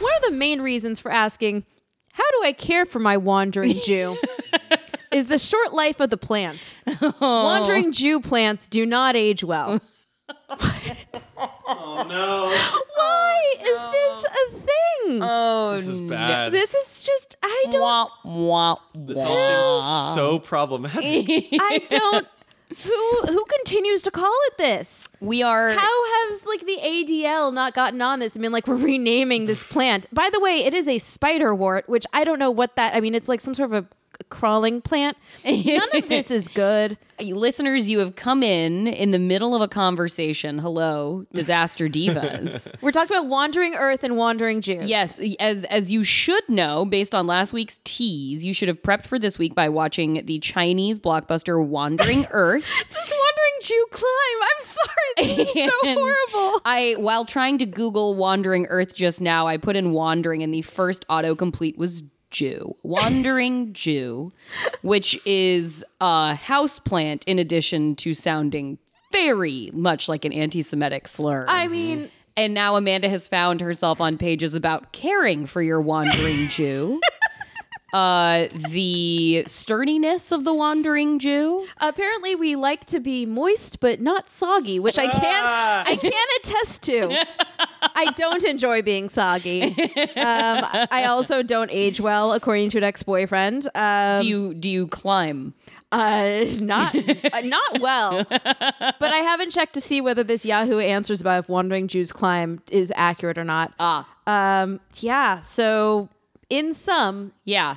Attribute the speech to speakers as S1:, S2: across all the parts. S1: One of the main reasons for asking, how do I care for my wandering Jew? is the short life of the plant.
S2: Oh.
S1: Wandering Jew plants do not age well.
S3: Oh no!
S1: Why is this a thing?
S4: Oh,
S3: This is bad.
S1: this is just I don't
S4: wah, wah,
S3: This all seems so problematic.
S1: I don't who who continues to call it this?
S4: We are.
S1: How has like the ADL not gotten on this? I mean, like we're renaming this plant. By the way, it is a spider wart, which I don't know what that. I mean, it's like some sort of a crawling plant. None of this is good.
S4: listeners, you have come in in the middle of a conversation. Hello, disaster divas.
S1: We're talking about wandering Earth and wandering Jews.
S4: yes, as as you should know, based on last week's tease, you should have prepped for this week by watching the Chinese blockbuster Wandering Earth.
S1: this wandering Jew climb. I'm sorry, this is so
S4: And
S1: horrible.
S4: I, while trying to Google Wandering Earth just now, I put in Wandering, and the first autocomplete was Jew. Wandering Jew, which is a houseplant in addition to sounding very much like an anti Semitic slur.
S1: I mean,
S4: and now Amanda has found herself on pages about caring for your wandering Jew. Uh, the sturdiness of the wandering Jew.
S1: apparently we like to be moist but not soggy, which I
S3: Ah.
S1: can I can attest to. I don't enjoy being soggy. Um, I also don't age well, according to an ex-boyfriend. Um,
S4: Do you do you climb?
S1: uh, not uh, not well. But I haven't checked to see whether this Yahoo answers about if wandering Jews climb is accurate or not.
S4: Ah,
S1: Um, yeah. So in sum,
S4: yeah.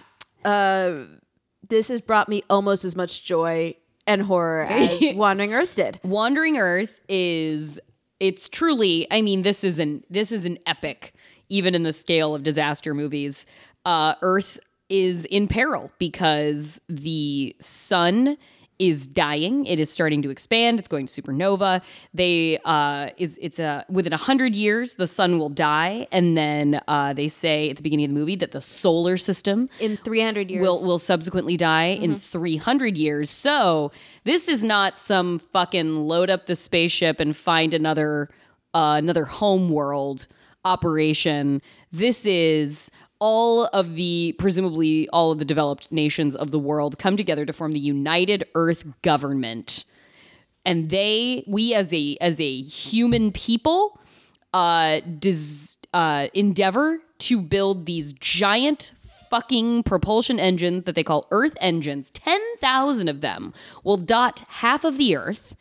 S1: this has brought me almost as much joy and horror as Wandering Earth did.
S4: Wandering Earth is it's truly I mean this is an this is an epic even in the scale of disaster movies. Uh Earth is in peril because the sun is dying. It is starting to expand. It's going supernova. They uh is it's a within a hundred years the sun will die, and then uh they say at the beginning of the movie that the solar system
S1: In 300 years.
S4: will will subsequently die in 300 years. So this is not some fucking load up the spaceship and find another uh, another home world operation. This is all of the presumably all of the developed nations of the world come together to form the United Earth government and they we as a as a human people uh des- uh endeavor to build these giant fucking propulsion engines that they call earth engines 10,000 of them will dot half of the earth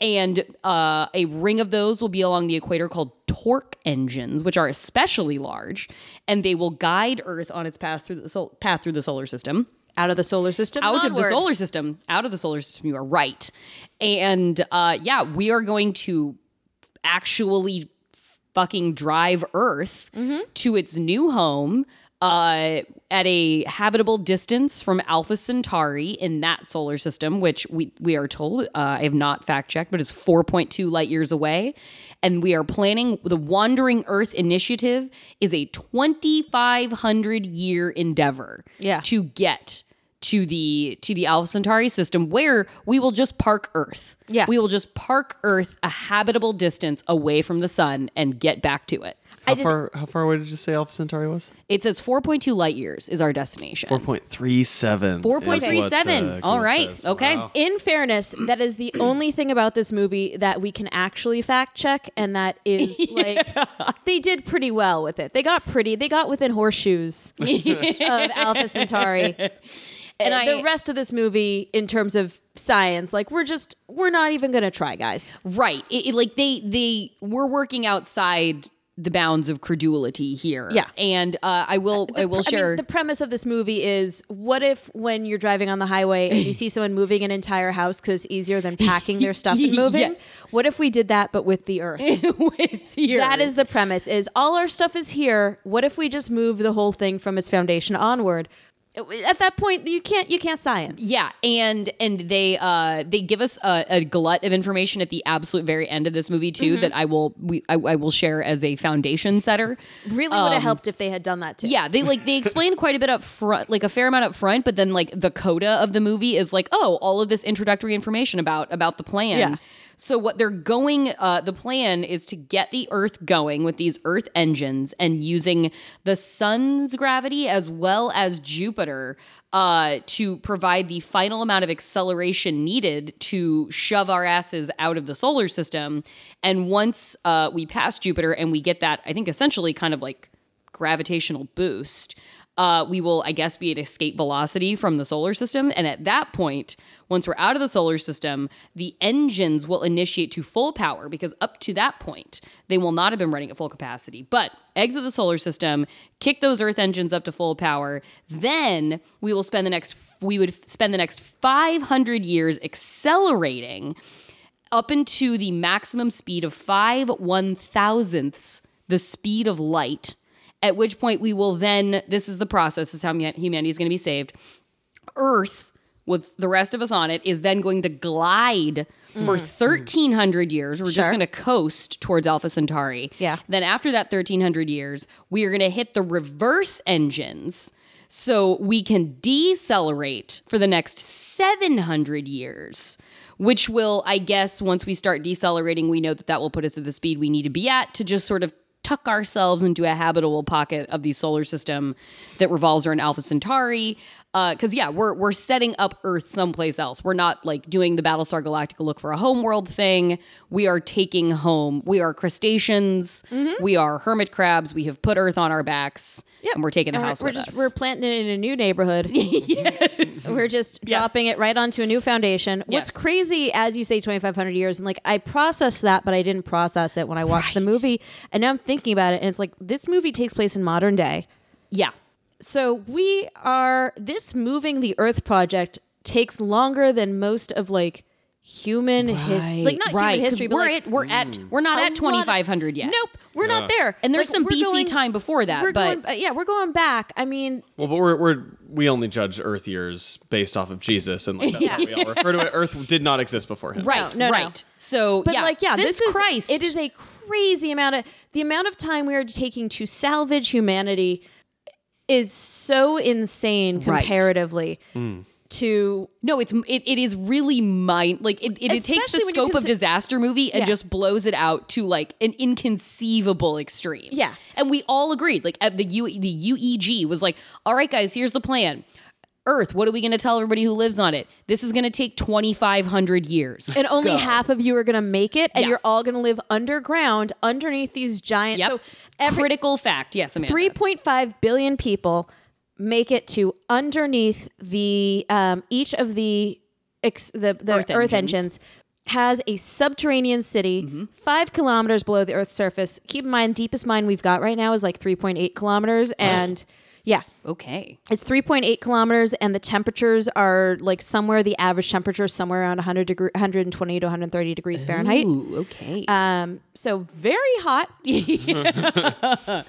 S4: and uh, a ring of those will be along the equator called torque engines, which are especially large, and they will guide Earth on its path through the sol- path through the solar system
S1: out of the solar system.
S4: out
S1: and
S4: of the
S1: onward.
S4: solar system out of the solar system you are right and uh yeah we are going to actually fucking drive earth to its new home uh at a habitable distance from alpha centauri in that solar system which we we are told uh, i have not fact checked but is 4.2 light years away and we are planning the wandering earth initiative is a 2500 year endeavor
S1: Yeah.
S4: to get to the to the Alpha Centauri system where we will just park Earth.
S1: Yeah.
S4: We will just park Earth a habitable distance away from the sun and get back to it.
S3: How far? How far away did you say Alpha Centauri was?
S4: It says 4.2 light years is our destination.
S3: Four point uh, three seven. uh,
S4: 4.37. All right. Okay.
S1: In fairness, that is the only thing about this movie that we can actually fact check, and that is like they did pretty well with it. They got pretty, they got within horseshoes of Alpha Centauri. And
S4: I-
S1: the rest of this movie, in terms of science, like we're just we're not even gonna try, guys.
S4: Right. It, it- like they they were working outside the bounds of credulity here.
S1: Yeah.
S4: and uh, I will I will
S1: I
S4: share.
S1: mean, the premise of this movie is what if when you're driving on the highway and you see someone moving an entire house because it's easier than packing their stuff and moving?
S4: Yes.
S1: What if we did that but with the earth?
S4: with the
S1: That
S4: earth.
S1: is the premise is all our stuff is here. What if we just move the whole thing from its foundation onward? At that point, you can't you can't science.
S4: Yeah, and and they uh they give us a, a glut of information at the absolute very end of this movie too
S1: Mm-hmm.
S4: that I will we I, I will share as a foundation setter.
S1: Really
S4: Um,
S1: would have helped if they had done that too.
S4: Yeah, they like they explain quite a bit up front, like a fair amount up front, but then like the coda of the movie is like, oh, all of this introductory information about about the plan.
S1: Yeah.
S4: So what they're going, uh, the plan is to get the Earth going with these Earth engines and using the sun's gravity as well as Jupiter uh, to provide the final amount of acceleration needed to shove our asses out of the solar system. And once uh, we pass Jupiter and we get that, I think essentially kind of like gravitational boost, uh, we will, I guess, be at escape velocity from the solar system. And at that point, once we're out of the solar system, the engines will initiate to full power because up to that point, they will not have been running at full capacity. But exit the solar system, kick those Earth engines up to full power. Then we will spend the next, we would spend the next 500 years accelerating up into the maximum speed of five one thousandths the speed of light. At which point we will then, this is the process, this is how hum- humanity is going to be saved. Earth, with the rest of us on it, is then going to glide for 1,300 years. We're just
S1: Mm. Sure.
S4: going to coast towards Alpha Centauri.
S1: Yeah.
S4: Then after that 1,300 years, we are going to hit the reverse engines. So we can decelerate for the next 700 years, which will, I guess, once we start decelerating, we know that that will put us at the speed we need to be at to just sort of tuck ourselves into a habitable pocket of the solar system that revolves around Alpha Centauri. Because yeah, we're we're setting up Earth someplace else. We're not like doing the Battlestar Galactica look for a homeworld thing. We are taking home. We are crustaceans.
S1: Mm-hmm.
S4: We are hermit crabs. We have put Earth on our backs, and we're taking the
S1: And
S4: house
S1: we're,
S4: with
S1: we're just
S4: us.
S1: we're planting it in a new neighborhood. We're just dropping it right onto a new foundation. What's
S4: Yes.
S1: crazy, as you say, 2,500 years, and like I processed that, but I didn't process it when I watched the movie. And now I'm thinking about it, and it's like this movie takes place in modern day.
S4: yeah,
S1: So we are, this Moving the Earth project takes longer than most of like human history. Like not
S4: right.
S1: human
S4: 'Cause
S1: history, but
S4: we're
S1: like,
S4: at we're at we're not
S1: a lot
S4: at
S1: of-
S4: twenty five hundred yet.
S1: Nope, we're not there.
S4: and there's
S1: Like,
S4: some
S1: we're
S4: BC
S1: going-
S4: time before that,
S1: We're
S4: but
S1: going, uh, yeah, we're going back. I mean,
S3: Well, but we're, we're we only judge Earth years based off of Jesus, and like that's how we all refer to it. Earth did not exist before him.
S4: right,
S1: No, no, no.
S4: right. So
S1: But
S4: yeah,
S1: like, yeah,
S4: since
S1: this is
S4: Christ.
S1: It is a crazy amount of the amount of time we are taking to salvage humanity is so insane
S4: Right.
S1: comparatively to
S4: No, it's it, it is really mind like it, it, it takes the
S1: Especially when you
S4: scope of
S1: consi-
S4: disaster movie and
S1: Yeah.
S4: just blows it out to like an inconceivable extreme.
S1: Yeah.
S4: and we all agreed like at the U the UEG was like, all right, guys, here's the plan. Earth, what are we going to tell everybody who lives on it? This is going to take twenty five hundred years.
S1: and only half of you are going to make it, and
S4: Yeah.
S1: you're all going to live underground underneath these giant.
S4: Yep.
S1: So every
S4: critical fact. Yes, Amanda.
S1: 3.5 billion people make it to underneath the um, each of the ex- the, the
S4: Earth
S1: earth,
S4: engines. Mm-hmm.
S1: engines. has a subterranean city five kilometers below the earth's surface keep in mind deepest mine we've got right now is like 3.8 kilometers and yeah
S4: Okay.
S1: it's 3.8 kilometers and the temperatures are like somewhere the average temperature is somewhere around 100 degree 120 to 130 degrees fahrenheit
S4: Ooh, okay.
S1: um, so very hot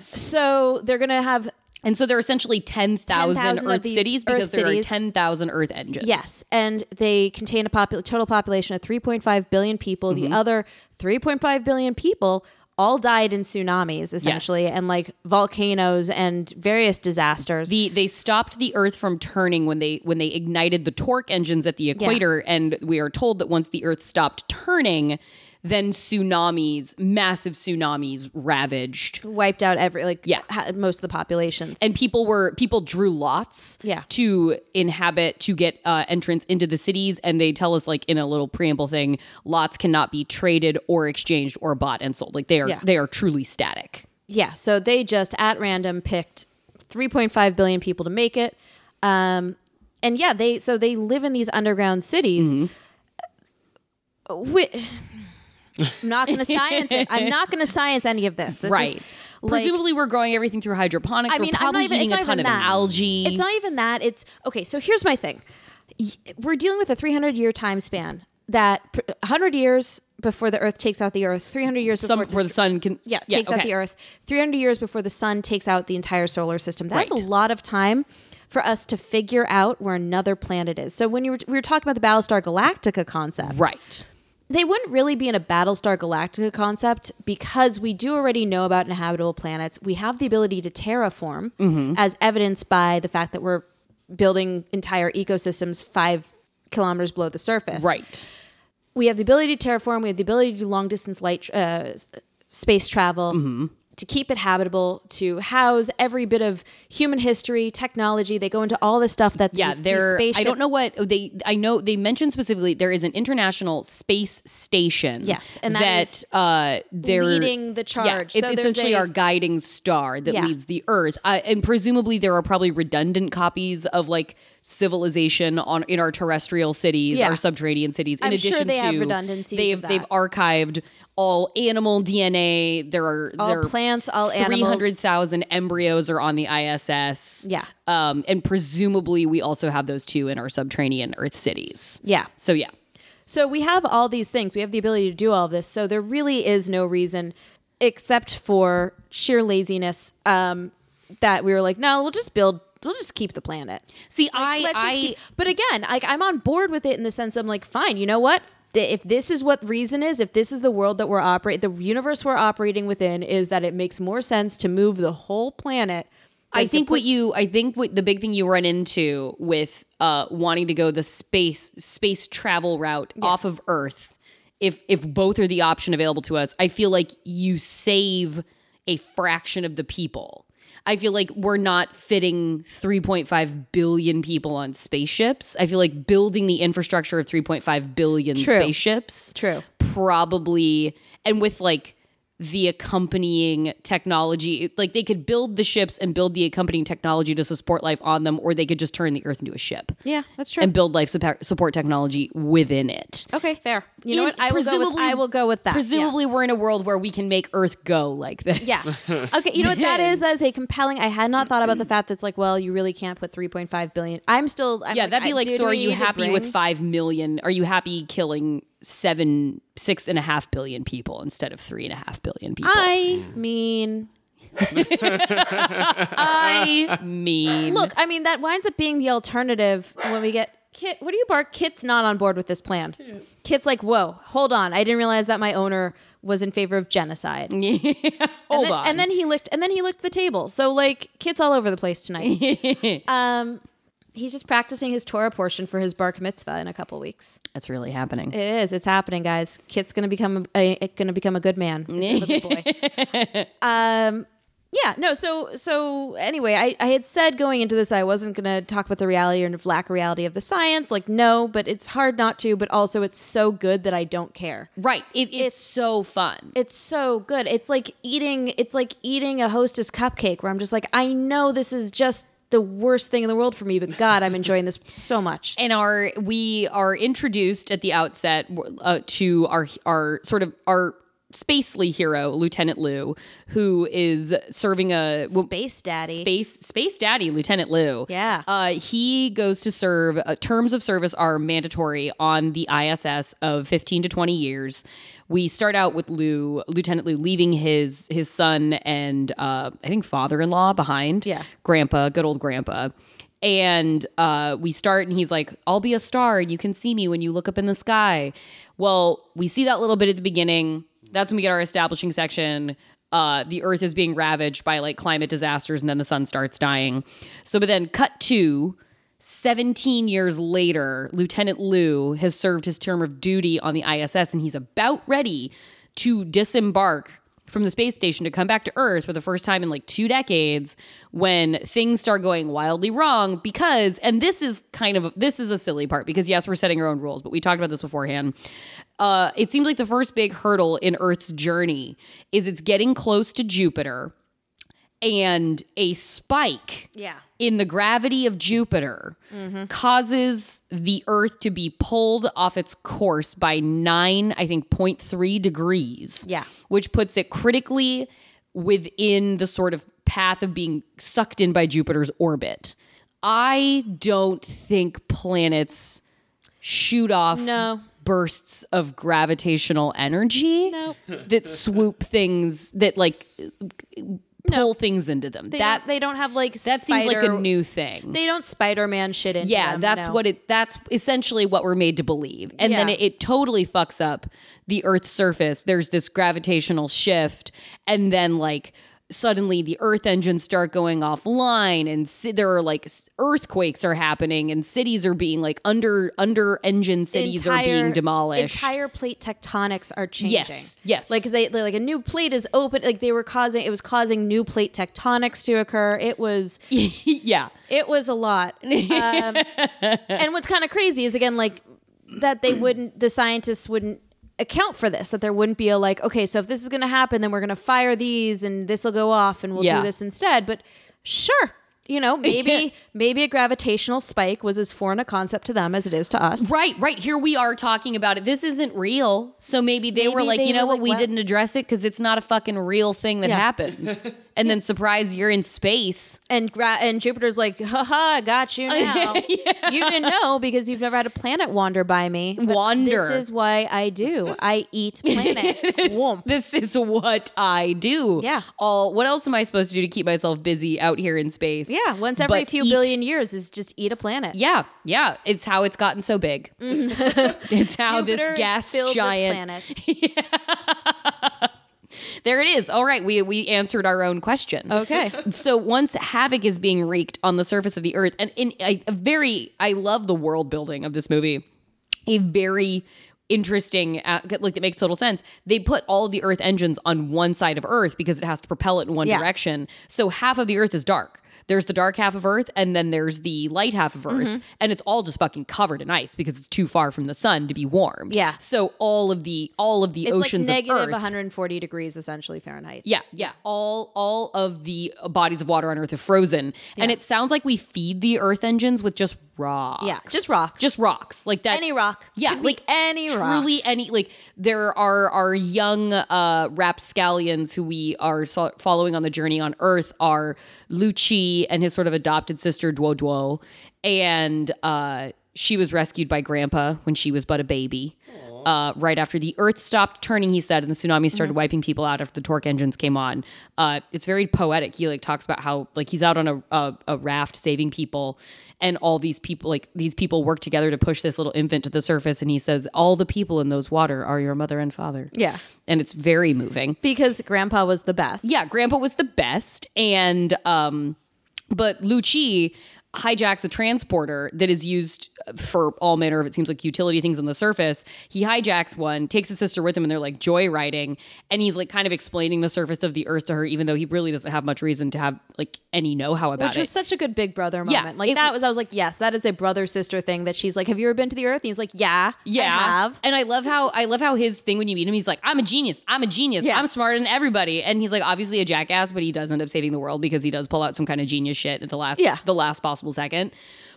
S1: so they're gonna have
S4: and so there are essentially 10,000
S1: 10,000 of
S4: Earth
S1: these
S4: cities
S1: Earth
S4: because there
S1: cities.
S4: are 10,000 Earth engines.
S1: Yes, and they contain a popul- total population of 3.5 billion people.
S4: Mm-hmm.
S1: The other 3.5 billion people all died in tsunamis, essentially,
S4: Yes.
S1: and like volcanoes and various disasters.
S4: The, they stopped the Earth from turning when they when they ignited the torque engines at the equator, and we are told that once the Earth stopped turning, then tsunamis, massive tsunamis, ravaged
S1: wiped out every like
S4: Yeah.
S1: ha- most of the populations.
S4: and people were people drew lots
S1: Yeah.
S4: to inhabit to get uh, entrance into the cities and they tell us like in a little preamble thing lots cannot be traded or exchanged or bought and sold like they are
S1: Yeah.
S4: they are truly static
S1: yeah, so they just at random picked 3.5 billion people to make it. Um, and yeah, they
S4: Mm-hmm.
S1: so they live in these underground cities. Whi- I'm not going to science it. I'm not going to science any of this. This is,
S4: right.
S1: like-
S4: Presumably, we're growing everything through hydroponics.
S1: I mean,
S4: we're
S1: I'm
S4: probably
S1: not even,
S4: eating
S1: it's
S4: a
S1: not
S4: ton
S1: even
S4: of
S1: that.
S4: algae.
S1: It's not even that. It's okay. So here's my thing. Y- We're dealing with a 300 year time span. That pr- 100 years before the Earth takes out the Earth, 300 years
S4: some
S1: before, it
S4: before the
S1: destro-
S4: sun can.
S1: yeah, takes out
S4: okay.
S1: the Earth. 300 years before the sun takes out the entire solar system. That's
S4: Right.
S1: a lot of time for us to figure out where another planet is. So when you were, we were talking about the Battlestar Galactica concept,
S4: Right.
S1: they wouldn't really be in a Battlestar Galactica concept because we do already know about inhabitable planets. We have the ability to terraform,
S4: Mm-hmm.
S1: as evidenced by the fact that we're building entire ecosystems five kilometers below the surface.
S4: Right.
S1: We have the ability to terraform. We have the ability to do long distance light tr- uh, s- space travel.
S4: Mm-hmm.
S1: To keep it habitable, to house every bit of human history, technology, they go into all the stuff that
S4: Yeah,
S1: these, these
S4: there. I
S1: spaceship-
S4: don't know what oh, they. I know they mentioned specifically there is an international space station.
S1: Yes, and that is
S4: uh, they're
S1: leading the charge.
S4: Yeah, it's
S1: So there's
S4: essentially
S1: a-
S4: our guiding star that
S1: Yeah.
S4: leads the Earth, uh, and presumably there are probably redundant copies of like civilization on in our terrestrial cities,
S1: Yeah.
S4: our subterranean cities. In
S1: I'm sure
S4: addition
S1: they
S4: to
S1: have redundancies
S4: they've
S1: of that.
S4: they've archived all animal DNA. There are
S1: All
S4: there are
S1: plants, all animals.
S4: 300,000 embryos are on the ISS.
S1: Yeah.
S4: Um, and presumably we also have those two in our subterranean Earth cities.
S1: Yeah.
S4: So yeah.
S1: So we have all these things. We have the ability to do all of this. So there really is no reason, except for sheer laziness, um, that we were like, no, we'll just build. We'll just keep the planet.
S4: See, I
S1: Let's
S4: I
S1: just keep- but again, like I'm on board with it in the sense I'm like, fine. You know what? Th- If this is what reason is, if this is the world that we're operating, the universe we're operating within, is that it makes more sense to move the whole planet.
S4: I
S1: than to
S4: think
S1: put-
S4: what you I think what the big thing you run into with uh wanting to go the space space travel route off of Earth if if both are the option available to us, I feel like you save a fraction of the people. I feel like we're not fitting 3.5 billion people on spaceships. I feel like building the infrastructure of 3.5 billion
S1: True.
S4: spaceships
S1: True.
S4: probably and with like the accompanying technology like they could build the ships and build the accompanying technology to support life on them or they could just turn the earth into a ship
S1: yeah, that's true.
S4: and build life suppo- support technology within it
S1: okay, fair. You know
S4: In-
S1: what? I will, go with,
S4: presumably-
S1: I will go with that. Yeah.
S4: presumably we're in a world where we can make earth go like this
S1: Yes. okay. You know what that is? That is a compelling. I had not thought about the fact that's like, well, you really can't put 3.5 billion. I'm still. I'm
S4: yeah
S1: like,
S4: that'd be
S1: I-
S4: like
S1: did
S4: so are
S1: we
S4: you
S1: need to
S4: happy with
S1: bring-
S4: five million are you happy killing seven six and a half billion people instead of three and a half billion people
S1: I mean,
S4: I mean
S1: look. I mean, that winds up being the alternative when we get Kit. What do you bark? Kit's not on board with this plan. Kit's like, whoa, hold on. I didn't realize that my owner was in favor of genocide.
S4: hold
S1: and then,
S4: on
S1: and then he licked. And then he licked the table. So like, Kit's all over the place tonight. um, he's just practicing his Torah portion for his bar mitzvah in a couple weeks.
S4: that's really happening
S1: It is. It's happening, guys. Kit's gonna become a, a gonna become a good man. He's a good boy. Um, yeah. No. So so anyway, I I had said going into this I wasn't gonna talk about the reality or lack of reality of the science. Like no, but it's hard not to. But also, it's so good that I don't care.
S4: Right. It, it's, so fun.
S1: It's so good. It's like eating. It's like eating a Hostess cupcake. Where I'm just like, I know this is just the worst thing in the world for me, but God, I'm enjoying this so much.
S4: and our we are introduced at the outset uh, to our our sort of our spacely hero Lieutenant Lou, who is serving a well,
S1: Space Daddy.
S4: Space Space Daddy Lieutenant Lou.
S1: Yeah.
S4: Uh, he goes to serve. Uh, terms of service are mandatory on the ISS of 15 to 20 years. We start out with Lou Lieutenant Lou leaving his his son and uh, I think father-in-law behind.
S1: Yeah.
S4: Grandpa, good old grandpa. And uh, we start, and he's like, I'll be a star, and you can see me when you look up in the sky. Well, we see that little bit at the beginning. That's when we get our establishing section. Uh, the earth is being ravaged by like climate disasters, and then the sun starts dying. So, but then cut to 17 years later, Lieutenant Lou has served his term of duty on the ISS, and he's about ready to disembark from the space station to come back to Earth for the first time in like two decades when things start going wildly wrong because and this is kind of this is a silly part because yes we're setting our own rules but we talked about this beforehand uh it seems like the first big hurdle in Earth's journey is it's getting close to Jupiter and a spike
S1: Yeah.
S4: in the gravity of Jupiter causes the Earth to be pulled off its course by nine, I think, 0.3 degrees.
S1: Yeah.
S4: Which puts it critically within the sort of path of being sucked in by Jupiter's orbit. I don't think planets shoot off
S1: No.
S4: bursts of gravitational energy
S1: No.
S4: that swoop things that like pull things into them.
S1: They
S4: that
S1: don't, they don't have like
S4: that seems like a
S1: spider-
S4: new thing.
S1: They don't Spider Man shit into
S4: yeah,
S1: them,
S4: that's
S1: no.
S4: what it that's essentially what we're made to believe. And then
S1: Yeah.
S4: it, it totally fucks up the earth's surface. There's this gravitational shift and then like suddenly the earth engines start going offline and ci- there are like s- earthquakes are happening and cities are being like under under engine cities are being demolished.
S1: Entire plate tectonics are changing.
S4: Yes, yes.
S1: Like 'cause they they're like a new plate is open. Like they were causing it was causing new plate tectonics to occur. It was
S4: yeah.
S1: it was a lot. Um, and what's kind of crazy is again like that they wouldn't the scientists wouldn't account for this that there wouldn't be a like okay so if this is going to happen then we're going to fire these and this will go off and we'll
S4: Yeah.
S1: do this instead but sure you know maybe maybe a gravitational spike was as foreign a concept to them as it is to us
S4: Right, right. Here we are talking about it. This isn't real. So maybe they were
S1: Maybe
S4: like,
S1: they
S4: you know what?
S1: were like,
S4: we
S1: "What?"
S4: didn't address it because it's not a fucking real thing that
S1: Yeah.
S4: happens. and then surprise, you're in space.
S1: and gra- and Jupiter's like, haha, got you now. You didn't know because you've never had a planet wander by me. But
S4: Wander.
S1: This is why I do. I eat planets. Whoomp.
S4: This is what I do.
S1: Yeah.
S4: All. What else am I supposed to do to keep myself busy out here in space?
S1: Yeah, once every
S4: But
S1: few
S4: eat-
S1: billion years is just eat a planet.
S4: Yeah, yeah. It's how it's gotten so big. it's how
S1: Mm-hmm. Jupiter
S4: this
S1: is
S4: gas
S1: filled with
S4: giant.
S1: planets.
S4: There it is. All right, we we answered our own question.
S1: Okay.
S4: so once havoc is being wreaked on the surface of the earth and in a, a very i love the world building of this movie a very interesting uh, like that makes total sense they put all the earth engines on one side of earth because it has to propel it in one
S1: Yeah.
S4: direction so half of the earth is dark there's the dark half of earth and then there's the light half of earth
S1: Mm-hmm.
S4: and it's all just fucking covered in ice because it's too far from the sun to be warm
S1: Yeah.
S4: so all of the all of the
S1: It's
S4: oceans
S1: like
S4: of
S1: negative
S4: earth
S1: 140 degrees essentially Fahrenheit.
S4: yeah, yeah. All all of the uh, bodies of water on Earth are frozen, and it sounds like we feed the Earth engines with just rocks.
S1: Yeah, just rocks.
S4: Just rocks. Like that.
S1: Any rock.
S4: Yeah,
S1: Could be
S4: like
S1: any rock.
S4: Truly, any like there are our young uh, rapscallions who we are so- following on the journey on Earth are Luchi and his sort of adopted sister Duo Duo, and uh, she was rescued by Grandpa when she was but a baby. Uh, right after the Earth stopped turning, he said, and the tsunami started wiping people out after the torque engines came on. Uh, it's very poetic. He like talks about how like he's out on a, a a raft saving people, and all these people like these people work together to push this little infant to the surface. And he says, "All the people in those water are your mother and father."
S1: Yeah.
S4: and it's very moving.
S1: Because grandpa was the best.
S4: Yeah, Grandpa was the best, and um, but Luci hijacks a transporter that is used for all manner of it seems like utility things on the surface. He hijacks one, takes his sister with him, and they're like joyriding, and he's like kind of explaining the surface of the earth to her, even though he really doesn't have much reason to have like any know how about
S1: Which
S4: it.
S1: was such a good big brother
S4: Yeah,
S1: moment. like
S4: it-
S1: that was I was like, yes, that is a brother sister thing that she's like, Have you ever been to the earth? And he's like, Yeah. I
S4: yeah,
S1: have.
S4: and I love how I love how his thing when you meet him, he's like, "I'm a genius, I'm a genius,
S1: Yeah.
S4: I'm smarter than everybody," and he's like, obviously a jackass, but he does end up saving the world because he does pull out some kind of genius shit at the last,
S1: Yeah.
S4: the last possible second.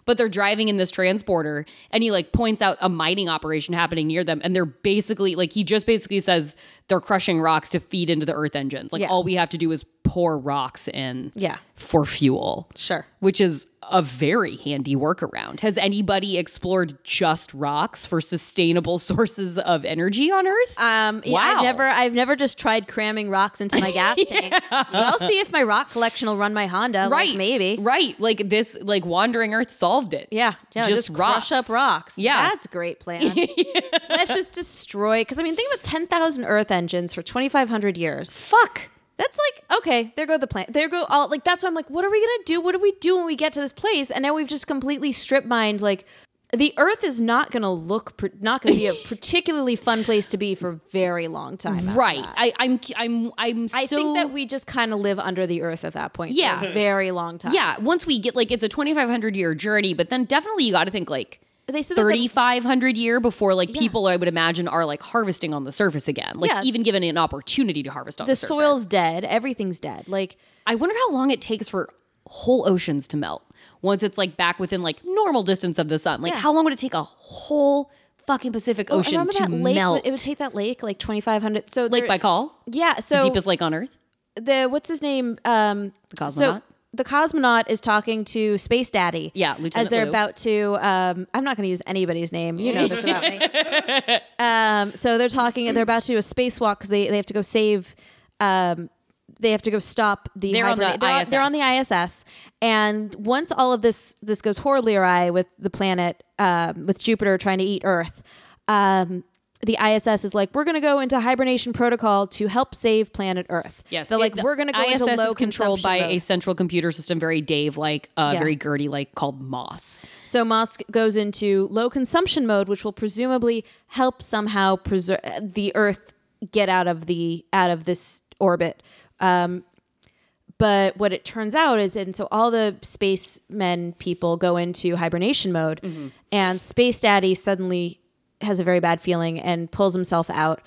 S4: But they're driving in this transporter, and he like points out a mining operation happening near them, and they're basically like he just basically says they're crushing rocks to feed into the earth engines. Like
S1: Yeah.
S4: all we have to do is pour rocks in,
S1: Yeah.
S4: for fuel
S1: Sure.
S4: which is a very handy workaround. Has anybody explored just rocks for sustainable sources of energy on Earth?
S1: Um, yeah,
S4: Wow.
S1: I've never, I've never just tried cramming rocks into my gas tank. But I'll see if my rock collection will run my Honda. Like,
S4: right,
S1: maybe.
S4: Right, like this, like wandering Earth solved it.
S1: Yeah, yeah,
S4: just,
S1: just,
S4: rocks.
S1: crush up rocks.
S4: Yeah.
S1: that's a great plan. Let's just destroy. Because I mean, think about ten thousand Earth engines for twenty five hundred years.
S4: Fuck.
S1: That's like okay, there go the plan. There go all like that's why I'm like, what are we gonna do? What do we do when we get to this place? And now we've just completely strip mined like. The Earth is not going to look, pr- not going to be a particularly fun place to be for a very long time. after
S4: Right.
S1: that.
S4: I, I'm. I'm. I'm.
S1: I
S4: so,
S1: think that we just kind of live under the earth at that point. for
S4: Yeah.
S1: a very long time.
S4: Yeah. Once we get like it's a 2,500 year journey, but then definitely you got to think like.
S1: they said that the-
S4: 3500 year before like people i would imagine are like harvesting on the surface again like
S1: Yeah.
S4: even given an opportunity to harvest on the,
S1: the
S4: surface.
S1: soil's dead, everything's dead. Like
S4: I wonder how long it takes for whole oceans to melt once it's like back within like normal distance of the sun. Like,
S1: Yeah.
S4: how long would it take a whole fucking Pacific
S1: Oh,
S4: Ocean
S1: remember
S4: to
S1: that lake?
S4: melt?
S1: It would take that lake like 2,500. So
S4: Lake
S1: there-
S4: Baikal,
S1: Yeah. So
S4: deepest lake on Earth.
S1: the what's his name? Um, the
S4: cosmonaut?
S1: the cosmonaut is talking to Space Daddy.
S4: Yeah,
S1: as
S4: Lieutenant
S1: they're
S4: Lou.
S1: about to. Um, I'm not going to use anybody's name. You know this about me. Um, so they're talking. They're about to do a spacewalk because they they have to go save. Um, they have to go stop the.
S4: They're on the
S1: hibernate- they're, on, they're on
S4: ISS.
S1: the ISS, and once all of this this goes horribly awry with the planet, um, with Jupiter trying to eat Earth. Um, the ISS is like, we're going to go into hibernation protocol to help save planet Earth.
S4: Yes,
S1: So
S4: it-
S1: like
S4: the
S1: we're going to go
S4: ISS
S1: into
S4: is
S1: low
S4: controlled by
S1: consumption
S4: a
S1: mode.
S4: central computer system, very Dave like, uh,
S1: Yeah.
S4: very Gertie like, called Moss.
S1: So Musk goes into low consumption mode, which will presumably help somehow preserve the Earth get out of the out of this orbit. Um, but what it turns out is, and so all the spacemen people go into hibernation mode, and Space Daddy suddenly has a very bad feeling and pulls himself out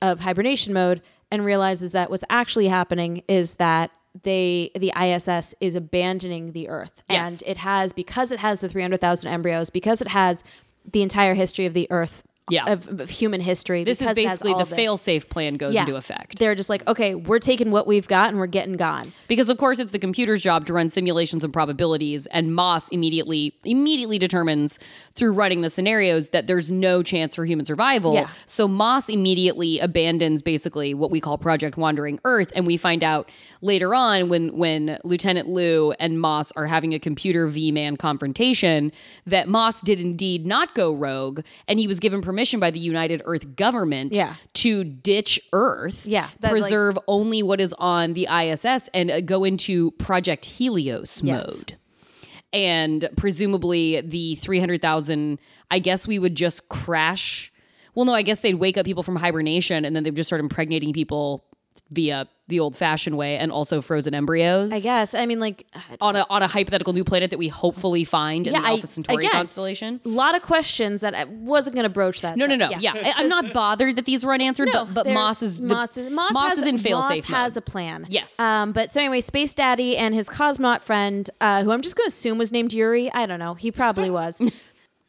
S1: of hibernation mode and realizes that what's actually happening is that they the ISS is abandoning the Earth
S4: Yes.
S1: and it has because it has the 300,000 embryos because it has the entire history of the Earth
S4: Yeah.
S1: of, of human history
S4: This is
S1: because it has
S4: basically
S1: all
S4: the
S1: of this.
S4: fail safe plan goes
S1: Yeah.
S4: into effect.
S1: They're just like, okay, we're taking what we've got and we're getting gone.
S4: because of course it's the computer's job to run simulations and probabilities and moss immediately immediately determines through running the scenarios that there's no chance for human survival
S1: Yeah.
S4: so moss immediately abandons basically what we call project wandering earth and we find out later on when when lieutenant lou and moss are having a computer v-man confrontation that moss did indeed not go rogue and he was given permission by the united earth government
S1: Yeah.
S4: to ditch earth
S1: Yeah, that, like-
S4: preserve observe only what is on the ISS and uh, go into Project Helios
S1: Yes.
S4: mode. And presumably the 300,000, I guess we would just crash. Well, no, I guess they'd wake up people from hibernation and then they'd just start impregnating people via the old fashioned way and also frozen embryos.
S1: I guess. I mean, like,
S4: On a, on a hypothetical new planet that we hopefully find in
S1: Yeah,
S4: the
S1: I-
S4: Alpha Centauri
S1: again-
S4: constellation.
S1: a lot of questions that I wasn't going to broach that.
S4: No, no, no.
S1: side.
S4: Yeah, I, am not bothered that these were unanswered,
S1: No,
S4: but, but
S1: they're-
S4: Moss is the-
S1: Moss is, Moss
S4: Moss
S1: has,
S4: is in fail safe.
S1: Moss has a plan.
S4: Yes.
S1: Um, but so anyway, Space Daddy and his cosmonaut friend, uh, who I'm just going to assume was named Yuri. I don't know. He probably was.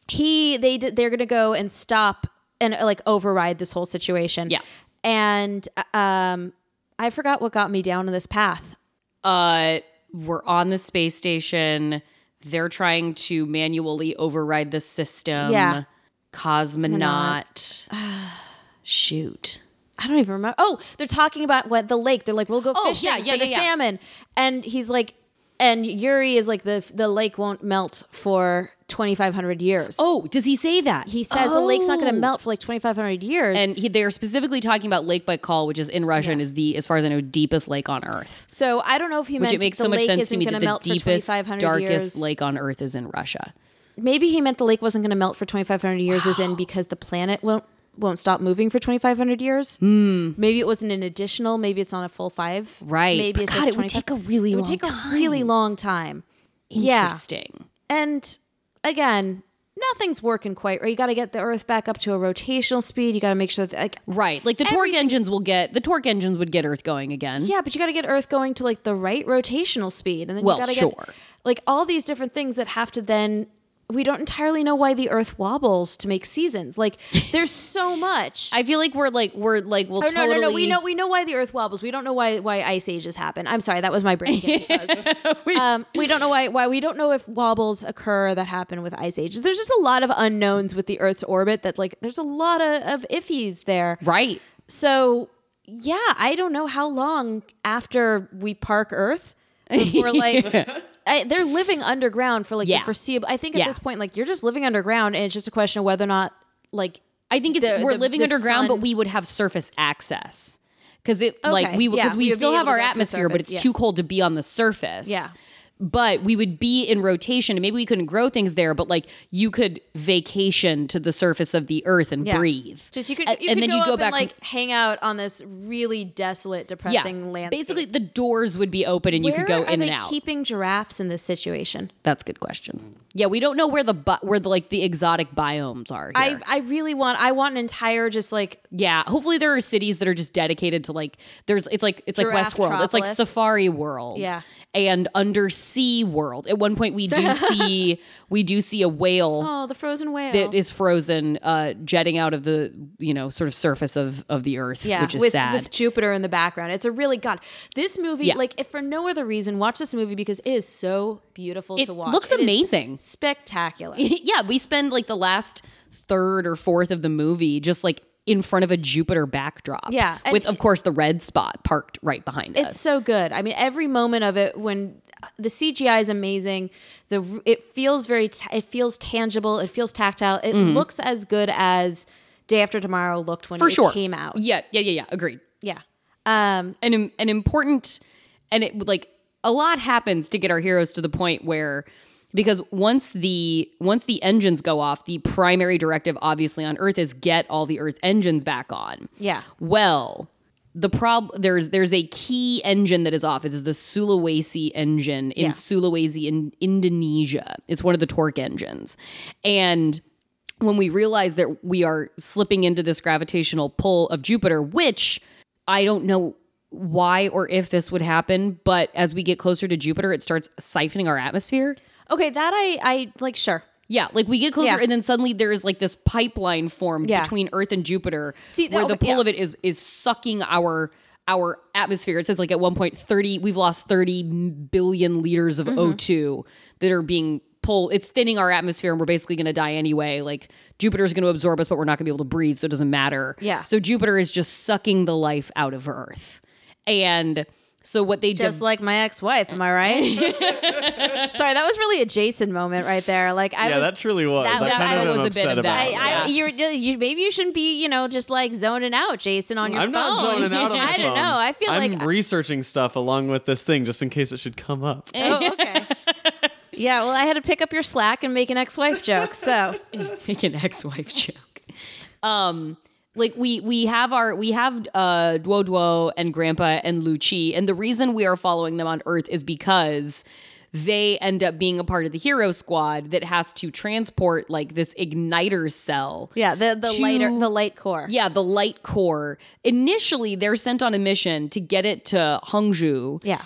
S1: he they did, they're going to go and stop and uh, like override this whole situation.
S4: Yeah.
S1: And uh, um, I forgot what got me down to this path.
S4: uh we're on the space station they're trying to manually override the system
S1: Yeah.
S4: cosmonaut shoot
S1: I don't even remember. Oh, they're talking about what the lake. They're like, we'll go
S4: Oh,
S1: fishing
S4: yeah, yeah,
S1: for the
S4: yeah, yeah.
S1: salmon, and he's like, and Yuri is like, the the lake won't melt for twenty five hundred years.
S4: oh does he say that Oh.
S1: he says the lake's not going to melt for like twenty five hundred years.
S4: and he, they're specifically talking about lake baikal which is in russia and is the as far as i know deepest lake on earth
S1: so I don't know if he
S4: which
S1: meant
S4: it makes
S1: the
S4: so much
S1: lake
S4: sense
S1: isn't
S4: to me
S1: gonna
S4: that the
S1: melt
S4: deepest
S1: for 2500
S4: darkest
S1: years.
S4: lake on earth is in russia
S1: Maybe he meant the lake wasn't going to melt for twenty five hundred years, as in because the planet won't won't stop moving for twenty five hundred years. Maybe it wasn't an additional. Maybe it's not a full five.
S4: Hmm. Right.
S1: Maybe
S4: But
S1: it's
S4: God,
S1: just
S4: it would
S1: 25
S4: take a really
S1: It would
S4: long
S1: take
S4: time.
S1: a really long time. Yeah.
S4: interesting
S1: And again, nothing's working quite right. You got to get the Earth back up to a rotational speed. You got to make sure that, like,
S4: right like the torque
S1: Everything-
S4: engines will get the torque engines would get earth going again
S1: yeah, but you got to get Earth going to like the right rotational speed, and then
S4: Well,
S1: you got to
S4: sure.
S1: get like all these different things that have to then. We don't entirely know why the Earth wobbles to make seasons. Like, there's so much.
S4: i feel like we're like we're like we'll
S1: Oh, no,
S4: totally
S1: no, no. We know we know why the Earth wobbles. We don't know why why ice ages happen. I'm sorry, that was my brain getting buzzed. um, we don't know why why we don't know if wobbles occur that happen with ice ages. There's just a lot of unknowns with the Earth's orbit. That like there's a lot of, of iffies there.
S4: right
S1: So yeah, I don't know how long after we park Earth before like. I, they're living underground for like
S4: Yeah.
S1: the foreseeable. I think at
S4: Yeah.
S1: this point, like you're just living underground, and it's just a question of whether or not, like,
S4: I think it's
S1: the-
S4: we're
S1: the-
S4: living
S1: the
S4: underground, but
S1: sun-
S4: we would have surface access because it like we
S1: yeah,
S4: because we
S1: you'd be
S4: still
S1: able
S4: have
S1: to
S4: our
S1: go up to
S4: atmosphere, but
S1: surface,
S4: it's
S1: yeah.
S4: too cold to be on the surface.
S1: Yeah.
S4: but we would be in rotation and maybe we couldn't grow things there, but like you could vacation to the surface of the earth and
S1: Yeah.
S4: breathe.
S1: Just you could,
S4: A-
S1: you
S4: and
S1: could
S4: then
S1: go,
S4: you go
S1: up
S4: back
S1: and, like hang out on this really desolate, depressing landscape.
S4: Basically, the doors would be open and you could
S1: Where
S4: go
S1: are
S4: in
S1: they
S4: and out.
S1: Keeping giraffes in this situation,
S4: That's a good question. Yeah, we don't know where the bi- where the like the exotic biomes are.
S1: I
S4: Here.
S1: I really want I want an entire just like
S4: yeah, hopefully there are cities that are just dedicated to like there's it's like it's like
S1: Giraffe
S4: Westworld. It's like
S1: Tropolis.
S4: Safari World.
S1: Yeah.
S4: And undersea world. At one point we do see we do see a whale
S1: oh the frozen whale
S4: that is frozen uh jetting out of the, you know, sort of surface of of the earth,
S1: yeah
S4: which is
S1: with,
S4: sad.
S1: with Jupiter in the background. It's a really god. This movie,
S4: Yeah.
S1: like if for no other reason, watch this movie because it is so beautiful
S4: it
S1: to watch.
S4: looks
S1: It is
S4: amazing.
S1: spectacular.
S4: yeah, we spend like the last third or fourth of the movie just like in front of a Jupiter backdrop.
S1: Yeah, and-
S4: with of course the red spot parked right behind
S1: It's
S4: us.
S1: so good. I mean, every moment of it when the CGI is amazing. The it feels very t- it feels tangible. It feels tactile. It looks as good as Day After Tomorrow looked when
S4: Mm-hmm. For
S1: it
S4: sure.
S1: came out.
S4: Yeah, yeah, yeah, yeah. Agreed.
S1: yeah. Um,
S4: An im- an important and it like a lot happens to get our heroes to the point where because once the once the engines go off, the primary directive obviously on Earth is get all the Earth engines back on.
S1: Yeah.
S4: Well, the problem there's there's a key engine that is off. It is the Sulawesi engine in
S1: Yeah.
S4: Sulawesi in Indonesia. It's one of the torque engines, and when we realize that we are slipping into this gravitational pull of Jupiter, which I don't know why or if this would happen, but as we get closer to Jupiter, it starts siphoning our atmosphere.
S1: okay, that I I like sure.
S4: Yeah, like we get closer,
S1: Yeah.
S4: and then suddenly there's like this pipeline formed
S1: Yeah.
S4: between Earth and Jupiter,
S1: See, that-
S4: where the
S1: okay,
S4: pull
S1: yeah.
S4: of it is is sucking our our atmosphere. It says like at one point thirty, we've lost thirty billion liters
S1: Mm-hmm.
S4: of O two that are being pulled. It's thinning our atmosphere, and we're basically going to die anyway. Like Jupiter's going to absorb us, but we're not going to be able to breathe, so it doesn't matter.
S1: Yeah.
S4: So Jupiter is just sucking the life out of Earth, and so what they
S1: Just like my ex-wife, am I right? Sorry, that was really a Jason moment right there. Like I
S3: yeah,
S1: was
S3: that truly was.
S1: that-
S3: I
S1: that
S3: kind
S4: was
S3: of
S4: a
S3: am
S4: bit
S3: upset
S4: of
S3: about
S4: that.
S1: I,
S3: it.
S1: I you're, you maybe you shouldn't be, you know, just like zoning out, Jason, on your
S3: I'm
S1: phone.
S3: not zoning out on my
S1: I don't
S3: phone.
S1: know. I feel
S3: I'm
S1: like
S3: researching stuff along with this thing just in case it should come up.
S1: Oh, okay. yeah, well, I had to pick up your slack and make an ex-wife joke. So,
S4: make an ex-wife joke. Um, like we we have our we have uh Duo Duo and Grandpa and Luchi, and the reason we are following them on Earth is because they end up being a part of the hero squad that has to transport like this igniter cell.
S1: yeah, the the
S4: To-
S1: lighter, the light core.
S4: Yeah, the light core. Initially, they're sent on a mission to get it to Hongju.
S1: yeah.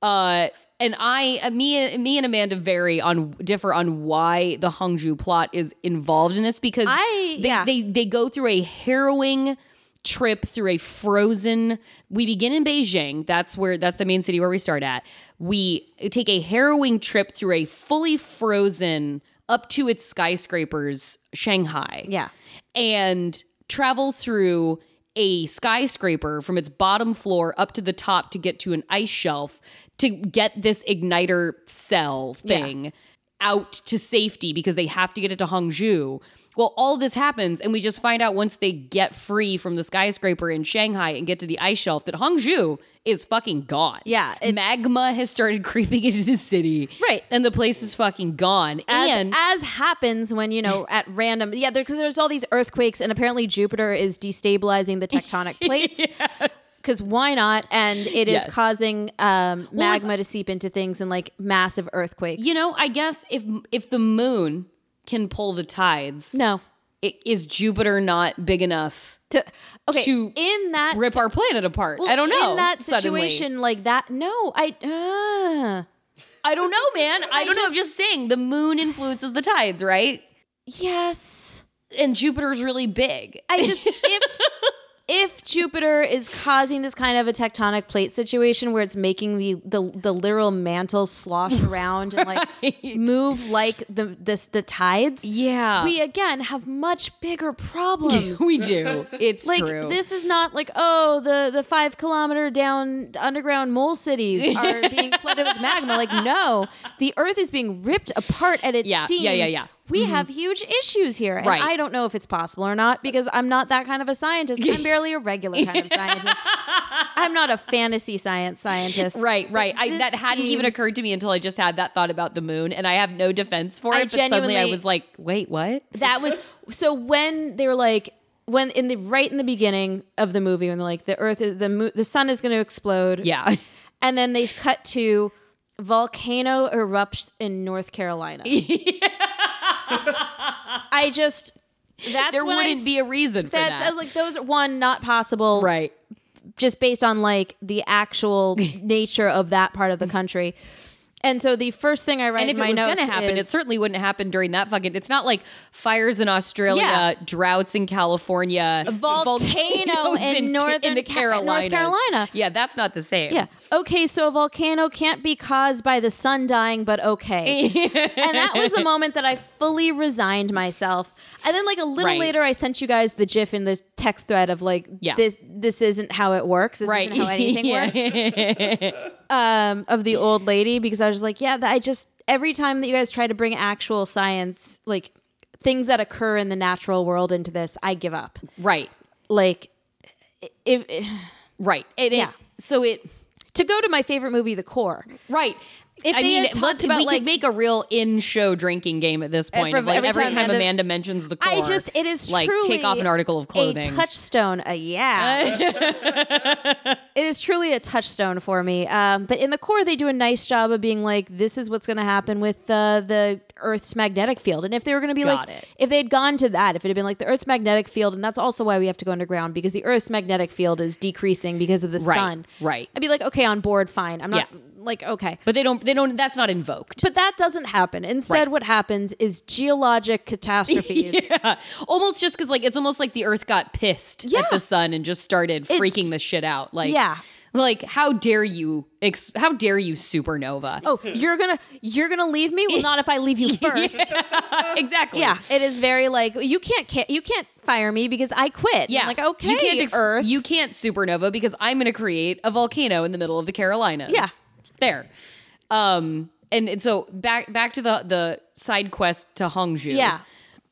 S4: Uh, and I, uh, me, and me and Amanda vary on differ on why the Hongju plot is involved in this because
S1: I-
S4: they,
S1: yeah.
S4: they they go through a harrowing trip through a frozen. We begin in Beijing. That's where that's the main city where we start at. We take a harrowing trip through a fully frozen up to its skyscrapers Shanghai
S1: Yeah.
S4: and travel through a skyscraper from its bottom floor up to the top to get to an ice shelf to get this igniter cell thing out to safety because they have to get it to Hangzhou. Well, all this happens, and we just find out once they get free from the skyscraper in Shanghai and get to the ice shelf that Hangzhou is fucking gone.
S1: Yeah, it's-
S4: magma has started creeping into the city.
S1: Right.
S4: and the place is fucking gone.
S1: As,
S4: and
S1: as happens when you know at random, yeah, because there's all these earthquakes, and apparently Jupiter is destabilizing the tectonic plates. Because why not? And it is
S4: Yes.
S1: causing um, magma to seep into things and like massive earthquakes.
S4: You know, I guess if if the moon can pull the tides,
S1: no.
S4: i- is Jupiter not big enough
S1: To, okay,
S4: To
S1: in that
S4: rip
S1: si-
S4: our planet apart?
S1: well,
S4: I don't know.
S1: In that
S4: suddenly.
S1: situation, like that, no, I. Uh,
S4: I don't know, man. I, don't know. I'm just
S1: just-
S4: saying the moon influences the tides, right?
S1: Yes.
S4: And Jupiter's really big.
S1: I just if if Jupiter is causing this kind of a tectonic plate situation where it's making the the, the literal mantle slosh around and like move like the this the tides.
S4: Yeah.
S1: We again have much bigger problems.
S4: we do. It's
S1: like
S4: true.
S1: this is not like oh the the five kilometer down underground mole cities are being flooded with magma like no the earth is being ripped apart at its
S4: Yeah,
S1: seams
S4: yeah, yeah, yeah.
S1: we have huge issues here. And
S4: Right.
S1: I don't know if it's possible or not because I'm not that kind of a scientist. I'm barely a regular kind of scientist. I'm not a fantasy science scientist.
S4: Right, right. I,
S1: this
S4: that hadn't even
S1: seems-
S4: occurred to me until I just had that thought about the moon, and I have no defense for it.
S1: I
S4: but suddenly I
S1: genuinely-
S4: was like, wait, what?
S1: That was so when they were like when in the right in the beginning of the movie when they're like the earth is the mo- the sun is going to explode.
S4: Yeah.
S1: And then they cut to volcano erupts in North Carolina. I just that's
S4: there
S1: when I
S4: wouldn't be a
S1: s-
S4: reason for
S1: that,
S4: that.
S1: I was like, those are one not possible,
S4: right.
S1: Just based on like the actual nature of that part of the country. And so the first thing I write
S4: And if
S1: in my
S4: it was
S1: notes
S4: going to happen,
S1: is,
S4: it certainly wouldn't happen during that fucking. It's not like fires in Australia,
S1: Yeah.
S4: droughts in California,
S1: volcano
S4: volcanoes
S1: in northern
S4: in the
S1: Ca- North
S4: Carolinas.
S1: Carolina.
S4: Yeah, that's not the same.
S1: yeah, okay, so a volcano can't be caused by the sun dying, but okay. and that was the moment that I fully resigned myself. And then like a little
S4: Right.
S1: later, I sent you guys the GIF in the text thread of like,
S4: Yeah.
S1: this this isn't how it works. This
S4: Right.
S1: isn't how anything
S4: Yeah.
S1: works. um, of the old lady because I was like, yeah, that I just every time that you guys try to bring actual science, like things that occur in the natural world into this, I give up.
S4: Right.
S1: Like, if,
S4: Right. It,
S1: Yeah.
S4: yeah. so it.
S1: to go to my favorite movie, The Core,
S4: Right.
S1: If
S4: I
S1: they
S4: mean,
S1: had talked
S4: let's-
S1: about,
S4: we
S1: like-
S4: could make a real in-show drinking game at this point.
S1: Every-
S4: of, like,
S1: every
S4: every,
S1: time
S4: time,
S1: Amanda-
S4: Amanda, mentions the core,
S1: I just it is
S4: like
S1: truly
S4: take off an article of clothing.
S1: a touchstone. A yeah, it is truly a touchstone for me. Um, but in The Core, they do a nice job of being like, this is what's going to happen with the the Earth's magnetic field, and if they were going to be
S4: Got
S1: like,
S4: it.
S1: if they had gone to that, if it had been like the Earth's magnetic field, and that's also why we have to go underground because the Earth's magnetic field is decreasing because of the
S4: Right,
S1: sun.
S4: right.
S1: I'd be like, okay, on board, fine. I'm not
S4: Yeah.
S1: like okay.
S4: but they don't. They don't. That's not invoked.
S1: But that doesn't happen. Instead,
S4: Right.
S1: what happens is geologic catastrophes
S4: Almost just because, like, it's almost like the Earth got pissed
S1: Yeah.
S4: at the sun and just started
S1: It's-
S4: freaking the shit out. Like,
S1: Yeah.
S4: Like, how dare you? Ex- how dare you, supernova?
S1: oh you're gonna you're gonna leave me well not if i leave you first yeah,
S4: exactly.
S1: it is very like you can't ca- you can't fire me because i quit And
S4: Yeah.
S1: I'm like okay
S4: You can't ex-
S1: earth
S4: You can't supernova because I'm going to create a volcano in the middle of the Carolinas.
S1: Yeah.
S4: There. Um and, and so back back to the the side quest to Hongju.
S1: Yeah.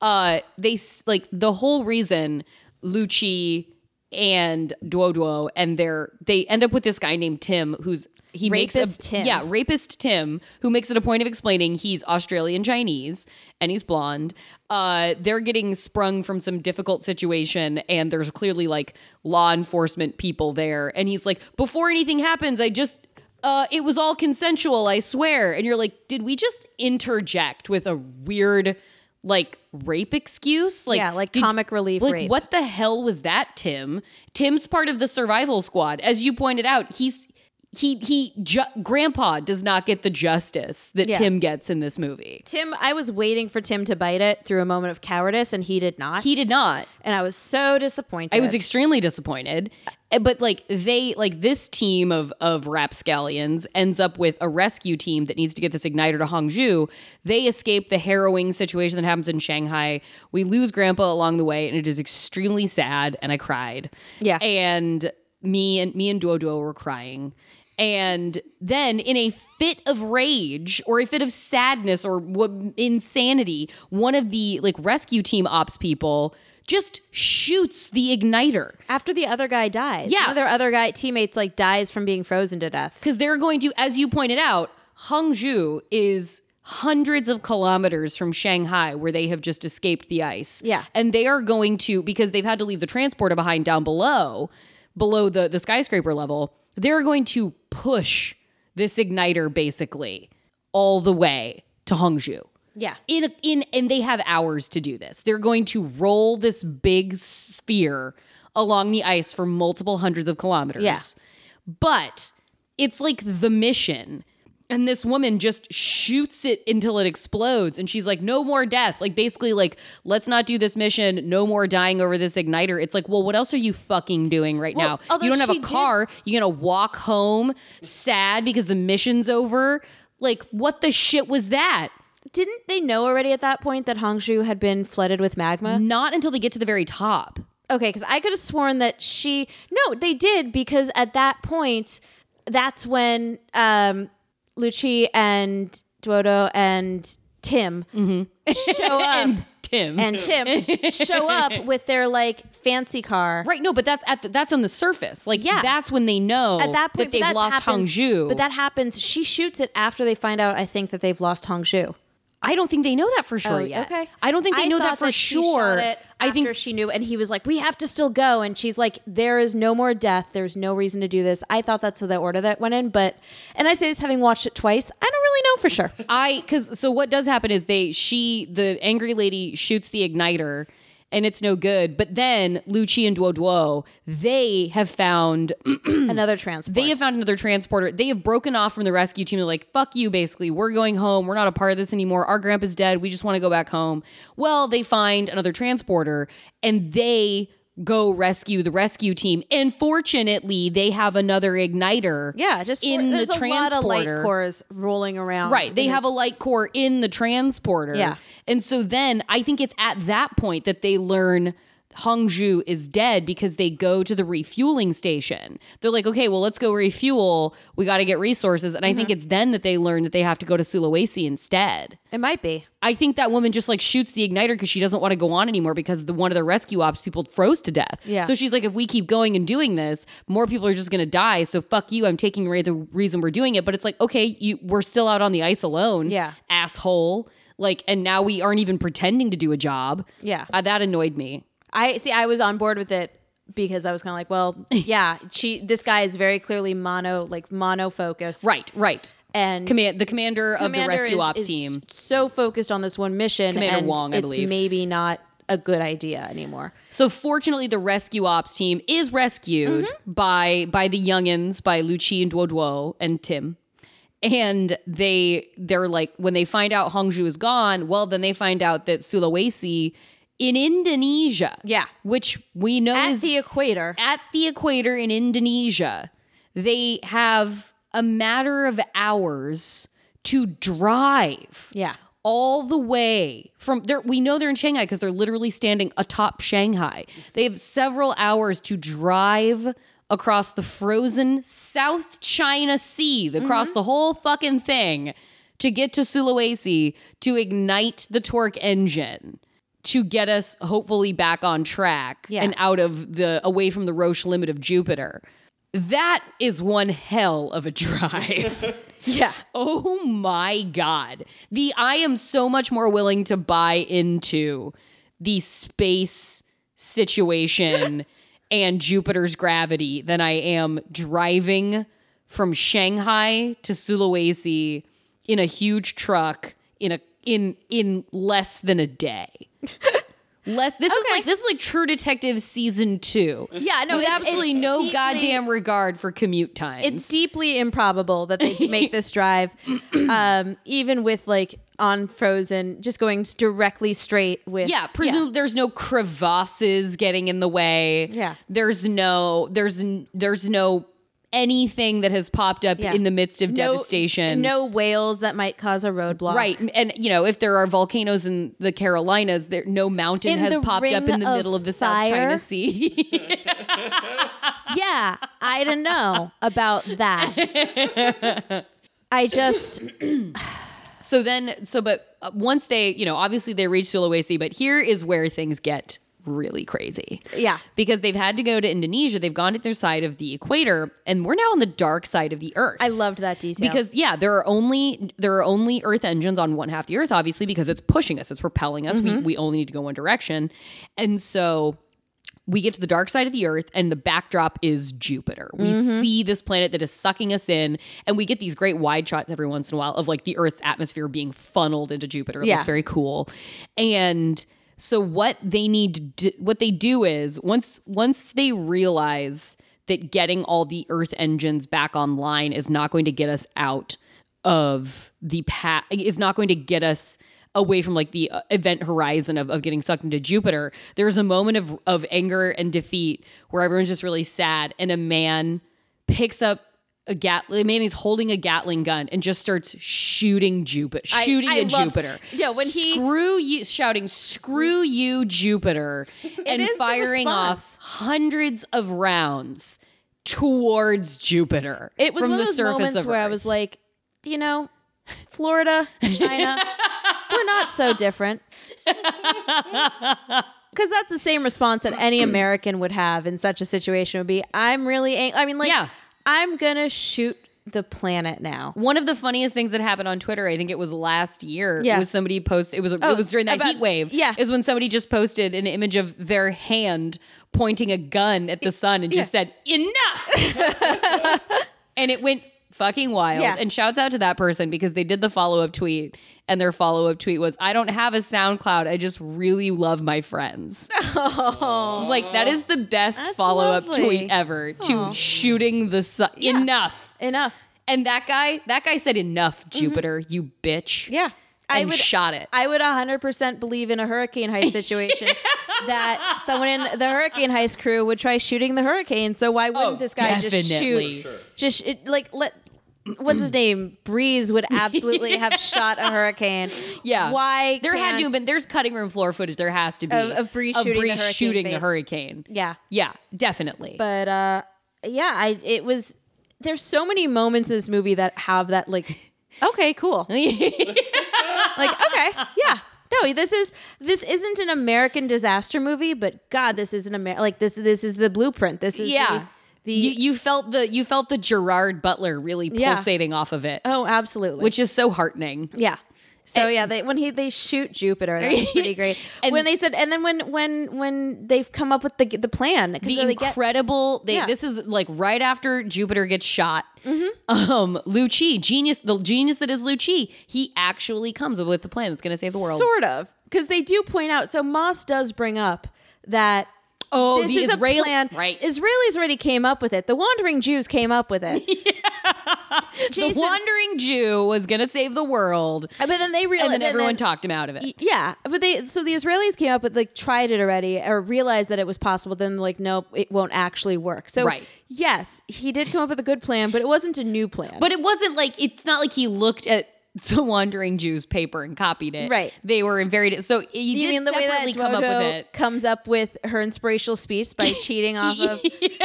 S4: Uh they s- like the whole reason Lucci and Duo Duo and their they end up with this guy named Tim who's he makes
S1: Rapist
S4: a,
S1: Tim.
S4: Yeah, rapist Tim, who makes it a point of explaining he's Australian Chinese and he's blonde. Uh, they're getting sprung from some difficult situation, and there's clearly like law enforcement people there. And he's like, Before anything happens, I just. Uh, it was all consensual, I swear. And you're like, did we just interject with a weird, like, rape excuse? Like,
S1: Yeah, like
S4: did-
S1: comic relief
S4: Like,
S1: rape.
S4: what what the hell was that, Tim? Tim's part of the survival squad, as you pointed out. He's he he. Ju- Grandpa does not get the justice that
S1: Yeah.
S4: Tim gets in this movie.
S1: tim i was waiting for tim to bite it through a moment of cowardice and he did not
S4: He did not.
S1: and i was so disappointed
S4: I was extremely disappointed. Uh, But like they like this team of of rapscallions ends up with a rescue team that needs to get this igniter to Hangzhou. They escape the harrowing situation that happens in Shanghai. We lose grandpa along the way and it is extremely sad and I cried.
S1: Yeah.
S4: And me and me and Duo Duo were crying. And then, in a fit of rage or a fit of sadness or w- insanity, one of the like rescue team ops people just shoots the igniter
S1: after the other guy dies
S4: Yeah.
S1: one of their other guy teammates like dies from being frozen to death
S4: because they're going to, as you pointed out, Hangzhou is hundreds of kilometers from Shanghai where they have just escaped the ice.
S1: Yeah.
S4: And they are going to, because they've had to leave the transporter behind down below, below the, the skyscraper level, they're going to push this igniter basically all the way to Hangzhou.
S1: yeah
S4: In, in and they have hours to do this. They're going to roll this big sphere along the ice for multiple hundreds of kilometers
S1: Yeah.
S4: but it's like the mission and this woman just shoots it until it explodes and she's like no more death like basically like let's not do this mission no more dying over this igniter it's like well what else are you fucking doing right
S1: Well,
S4: now
S1: although
S4: you don't have
S1: she
S4: a
S1: did-
S4: car you're gonna walk home sad because the mission's over like what the shit was that
S1: didn't they know already at that point that hongshu had been flooded with magma
S4: not until they get to the very top
S1: Okay, because I could have sworn that she. No, they did because at that point, that's when um, Lucci and Duodo and Tim show up
S4: Mm-hmm. Tim.
S1: and Tim show up with their like fancy car.
S4: right, no, but that's at the, that's on the surface. Like
S1: Yeah.
S4: that's when they know
S1: At that point,
S4: they've
S1: that
S4: lost
S1: happens-
S4: Hangzhou.
S1: But that happens. She shoots it after they find out. I think that they've lost Hangzhou.
S4: I don't think they know that for sure
S1: Oh,
S4: yet. I don't think they know
S1: thought
S4: that for
S1: she
S4: sure.
S1: shot it
S4: I think
S1: after she knew, and he was like, "We have to still go," and she's like, "There is no more death. There's no reason to do this." I thought that's the order that went in, but and I say this having watched it twice, I don't really know for sure.
S4: I because so what does happen is they she the angry lady shoots the igniter and it's no good. But then Luchi and Duo Duo they have found
S1: Another transport.
S4: they have found another transporter. They have broken off from the rescue team. They're like, "Fuck you!" Basically, we're going home. We're not a part of this anymore. Our grandpa's dead. We just want to go back home. Well, they find another transporter and they go rescue the rescue team. And fortunately, they have another igniter.
S1: yeah, just for-
S4: in the
S1: there's a lot of light
S4: transporter.
S1: cores rolling around.
S4: Right. They
S1: in
S4: have a
S1: this-
S4: light core in the transporter.
S1: Yeah.
S4: And so then I think it's at that point that they learn Hongju is dead because they go to the refueling station. They're like, okay, well, let's go refuel. We got to get resources. And I think
S1: Mm-hmm.
S4: it's then that they learn that they have to go to Sulawesi instead.
S1: It might be.
S4: I think that woman just like shoots the igniter because she doesn't want to go on anymore because the one of the rescue ops people froze to death.
S1: Yeah.
S4: So she's like, if we keep going and doing this, more people are just going to die. So fuck you. I'm taking away the reason we're doing it. But it's like, okay, you we're still out on the ice alone.
S1: Yeah.
S4: Asshole. Like, and now we aren't even pretending to do a job.
S1: Yeah.
S4: Uh, that annoyed me.
S1: I see. I was on board with it because I was kind of like, well, yeah, she. This guy is very clearly mono, like mono focused,
S4: Right. Right.
S1: And
S4: Command the commander, of the
S1: Commander
S4: rescue
S1: is-
S4: ops
S1: is
S4: team.
S1: so focused on this one mission,
S4: Commander
S1: and
S4: Wong, I
S1: it's
S4: believe.
S1: maybe not a good idea anymore.
S4: So fortunately, the rescue ops team is rescued by by the youngins, by Luchi and Duo Duo and Tim. And they they're like when they find out Hongju is gone, well then they find out that Sulawesi in Indonesia,
S1: Yeah.
S4: which we know
S1: At
S4: is
S1: the equator,
S4: at the equator in Indonesia, they have a matter of hours to drive
S1: yeah,
S4: all the way from there. We know they're in Shanghai because they're literally standing atop Shanghai. They have several hours to drive across the frozen South China Sea, across the whole fucking thing, to get to Sulawesi to ignite the torque engine to get us hopefully back on track
S1: Yeah.
S4: and out of the away from the Roche limit of Jupiter. That is one hell of a drive.
S1: yeah.
S4: Oh my god. The I am so much more willing to buy into the space situation and Jupiter's gravity than I am driving from Shanghai to Sulawesi in a huge truck in a in in less than a day. Less this is
S1: Okay.
S4: like this is like True Detective season 2.
S1: Yeah, no,
S4: with
S1: it's-
S4: absolutely
S1: it's
S4: no
S1: deeply-
S4: goddamn regard for commute times.
S1: It's deeply improbable that they could make this drive, um, even with like on Frozen, just going s- directly straight with
S4: Yeah, presume there's no crevasses getting in the way.
S1: Yeah.
S4: There's no there's n- there's no anything that has popped up
S1: Yeah.
S4: in the midst of
S1: No-
S4: devastation.
S1: No whales that might cause a roadblock.
S4: Right. And you know, if there are volcanoes in the Carolinas, there no mountain
S1: In
S4: has
S1: the
S4: popped up
S1: Ring
S4: in the
S1: of
S4: middle of the South
S1: Fire.
S4: China Sea.
S1: Yeah, I don't know about that. I just
S4: so then so but uh, once they, you know, obviously they reach Sulawesi, but here is where things get really crazy.
S1: yeah.
S4: Because they've had to go to Indonesia, they've gone to their side of the equator, and we're now on the dark side of the earth.
S1: I loved that detail
S4: because yeah there are only there are only earth engines on one half the earth obviously because it's pushing us it's propelling us we, we only need to go one direction and so we get to the dark side of the earth and the backdrop is jupiter we see this planet that is sucking us in and we get these great wide shots every once in a while of like the earth's atmosphere being funneled into jupiter it
S1: Yeah.
S4: looks very cool and so what they need to do, what they do is once once they realize that getting all the earth engines back online is not going to get us out of the path is not going to get us away from like the uh, event horizon of, of getting sucked into jupiter there's a moment of of anger and defeat where everyone's just really sad and a man picks up a gatling man is holding a gatling gun and just starts shooting jupiter shooting
S1: I
S4: at
S1: love-
S4: jupiter
S1: Yeah, when he-
S4: screw you shouting screw you jupiter and
S1: is the
S4: firing off
S1: response.
S4: hundreds of rounds towards jupiter
S1: It was
S4: from
S1: one
S4: the
S1: of those
S4: surface
S1: moments
S4: of
S1: where I
S4: Earth.
S1: was like, you know, Florida, China, We're not so different. Because that's the same response that any American would have in such a situation would be, I'm really ang-. I mean, like,
S4: Yeah.
S1: I'm going to shoot the planet now.
S4: One of the funniest things that happened on Twitter, I think it was last year,
S1: Yeah.
S4: was somebody post. It was
S1: Oh,
S4: it was during that
S1: about-
S4: heat wave.
S1: yeah.
S4: is when somebody just posted an image of their hand pointing a gun at the sun and just said enough, and it went fucking wild.
S1: Yeah.
S4: And shouts out to that person because they did the follow up tweet, and their follow up tweet was, "I don't have a SoundCloud. I just really love my friends." It's like that is the best
S1: Oh. That's
S4: follow up
S1: lovely.
S4: tweet ever to shooting the sun. Enough.
S1: Enough.
S4: And that guy, that guy said, "Enough, Jupiter, you bitch."
S1: Mm-hmm. Yeah. I
S4: And
S1: would
S4: shot it.
S1: I would 100% believe in a hurricane heist situation that someone in the hurricane heist crew would try shooting the hurricane. So why
S4: Oh,
S1: wouldn't this guy just
S4: definitely.
S1: shoot?
S4: For sure.
S1: Just it, like let what's his name? Breeze would absolutely have shot a hurricane.
S4: Yeah.
S1: Why
S4: There had to have
S1: can't-
S4: been. There's cutting room floor footage. There has to be
S1: Of- of Bree shooting the
S4: Bree
S1: hurricane
S4: shooting the
S1: face.
S4: hurricane.
S1: Yeah.
S4: Yeah, definitely.
S1: But uh yeah, I it was there's so many moments in this movie that have that like okay, cool. like okay yeah no this is this isn't an american disaster movie but god this is an american like this this is the blueprint this is
S4: yeah,
S1: the, the
S4: you, you felt the you felt the Gerard Butler really
S1: Yeah.
S4: pulsating off of it,
S1: oh absolutely
S4: which is so heartening.
S1: yeah so yeah they when he they shoot jupiter that's pretty great
S4: And-
S1: when they said and then when when when they've come up with the the plan 'cause
S4: the
S1: they get-
S4: incredible they,
S1: Yeah.
S4: this is like right after jupiter gets shot
S1: Mm-hmm.
S4: um luci genius the genius that is luci he actually comes up with the plan that's going to save the world
S1: sort of because they do point out so moss does bring up that
S4: oh
S1: this
S4: the
S1: is
S4: israeli
S1: a plan.
S4: right
S1: Israelis already came up with it. The wandering Jews came up with it.
S4: the
S1: Jason-
S4: wandering jew was going to save the world
S1: But then they realized,
S4: and then everyone talked him out of it
S1: Y- Yeah, but they so the Israelis came up with like tried it already or realized that it was possible. Then like nope, it won't actually work. So
S4: Right.
S1: yes, he did come up with a good plan, but it wasn't a new plan.
S4: but it wasn't like it's not like he looked at the wandering jews paper and copied it
S1: Right.
S4: they were very so he
S1: Do
S4: did separately come up with it
S1: comes up with her inspirational speech by cheating off of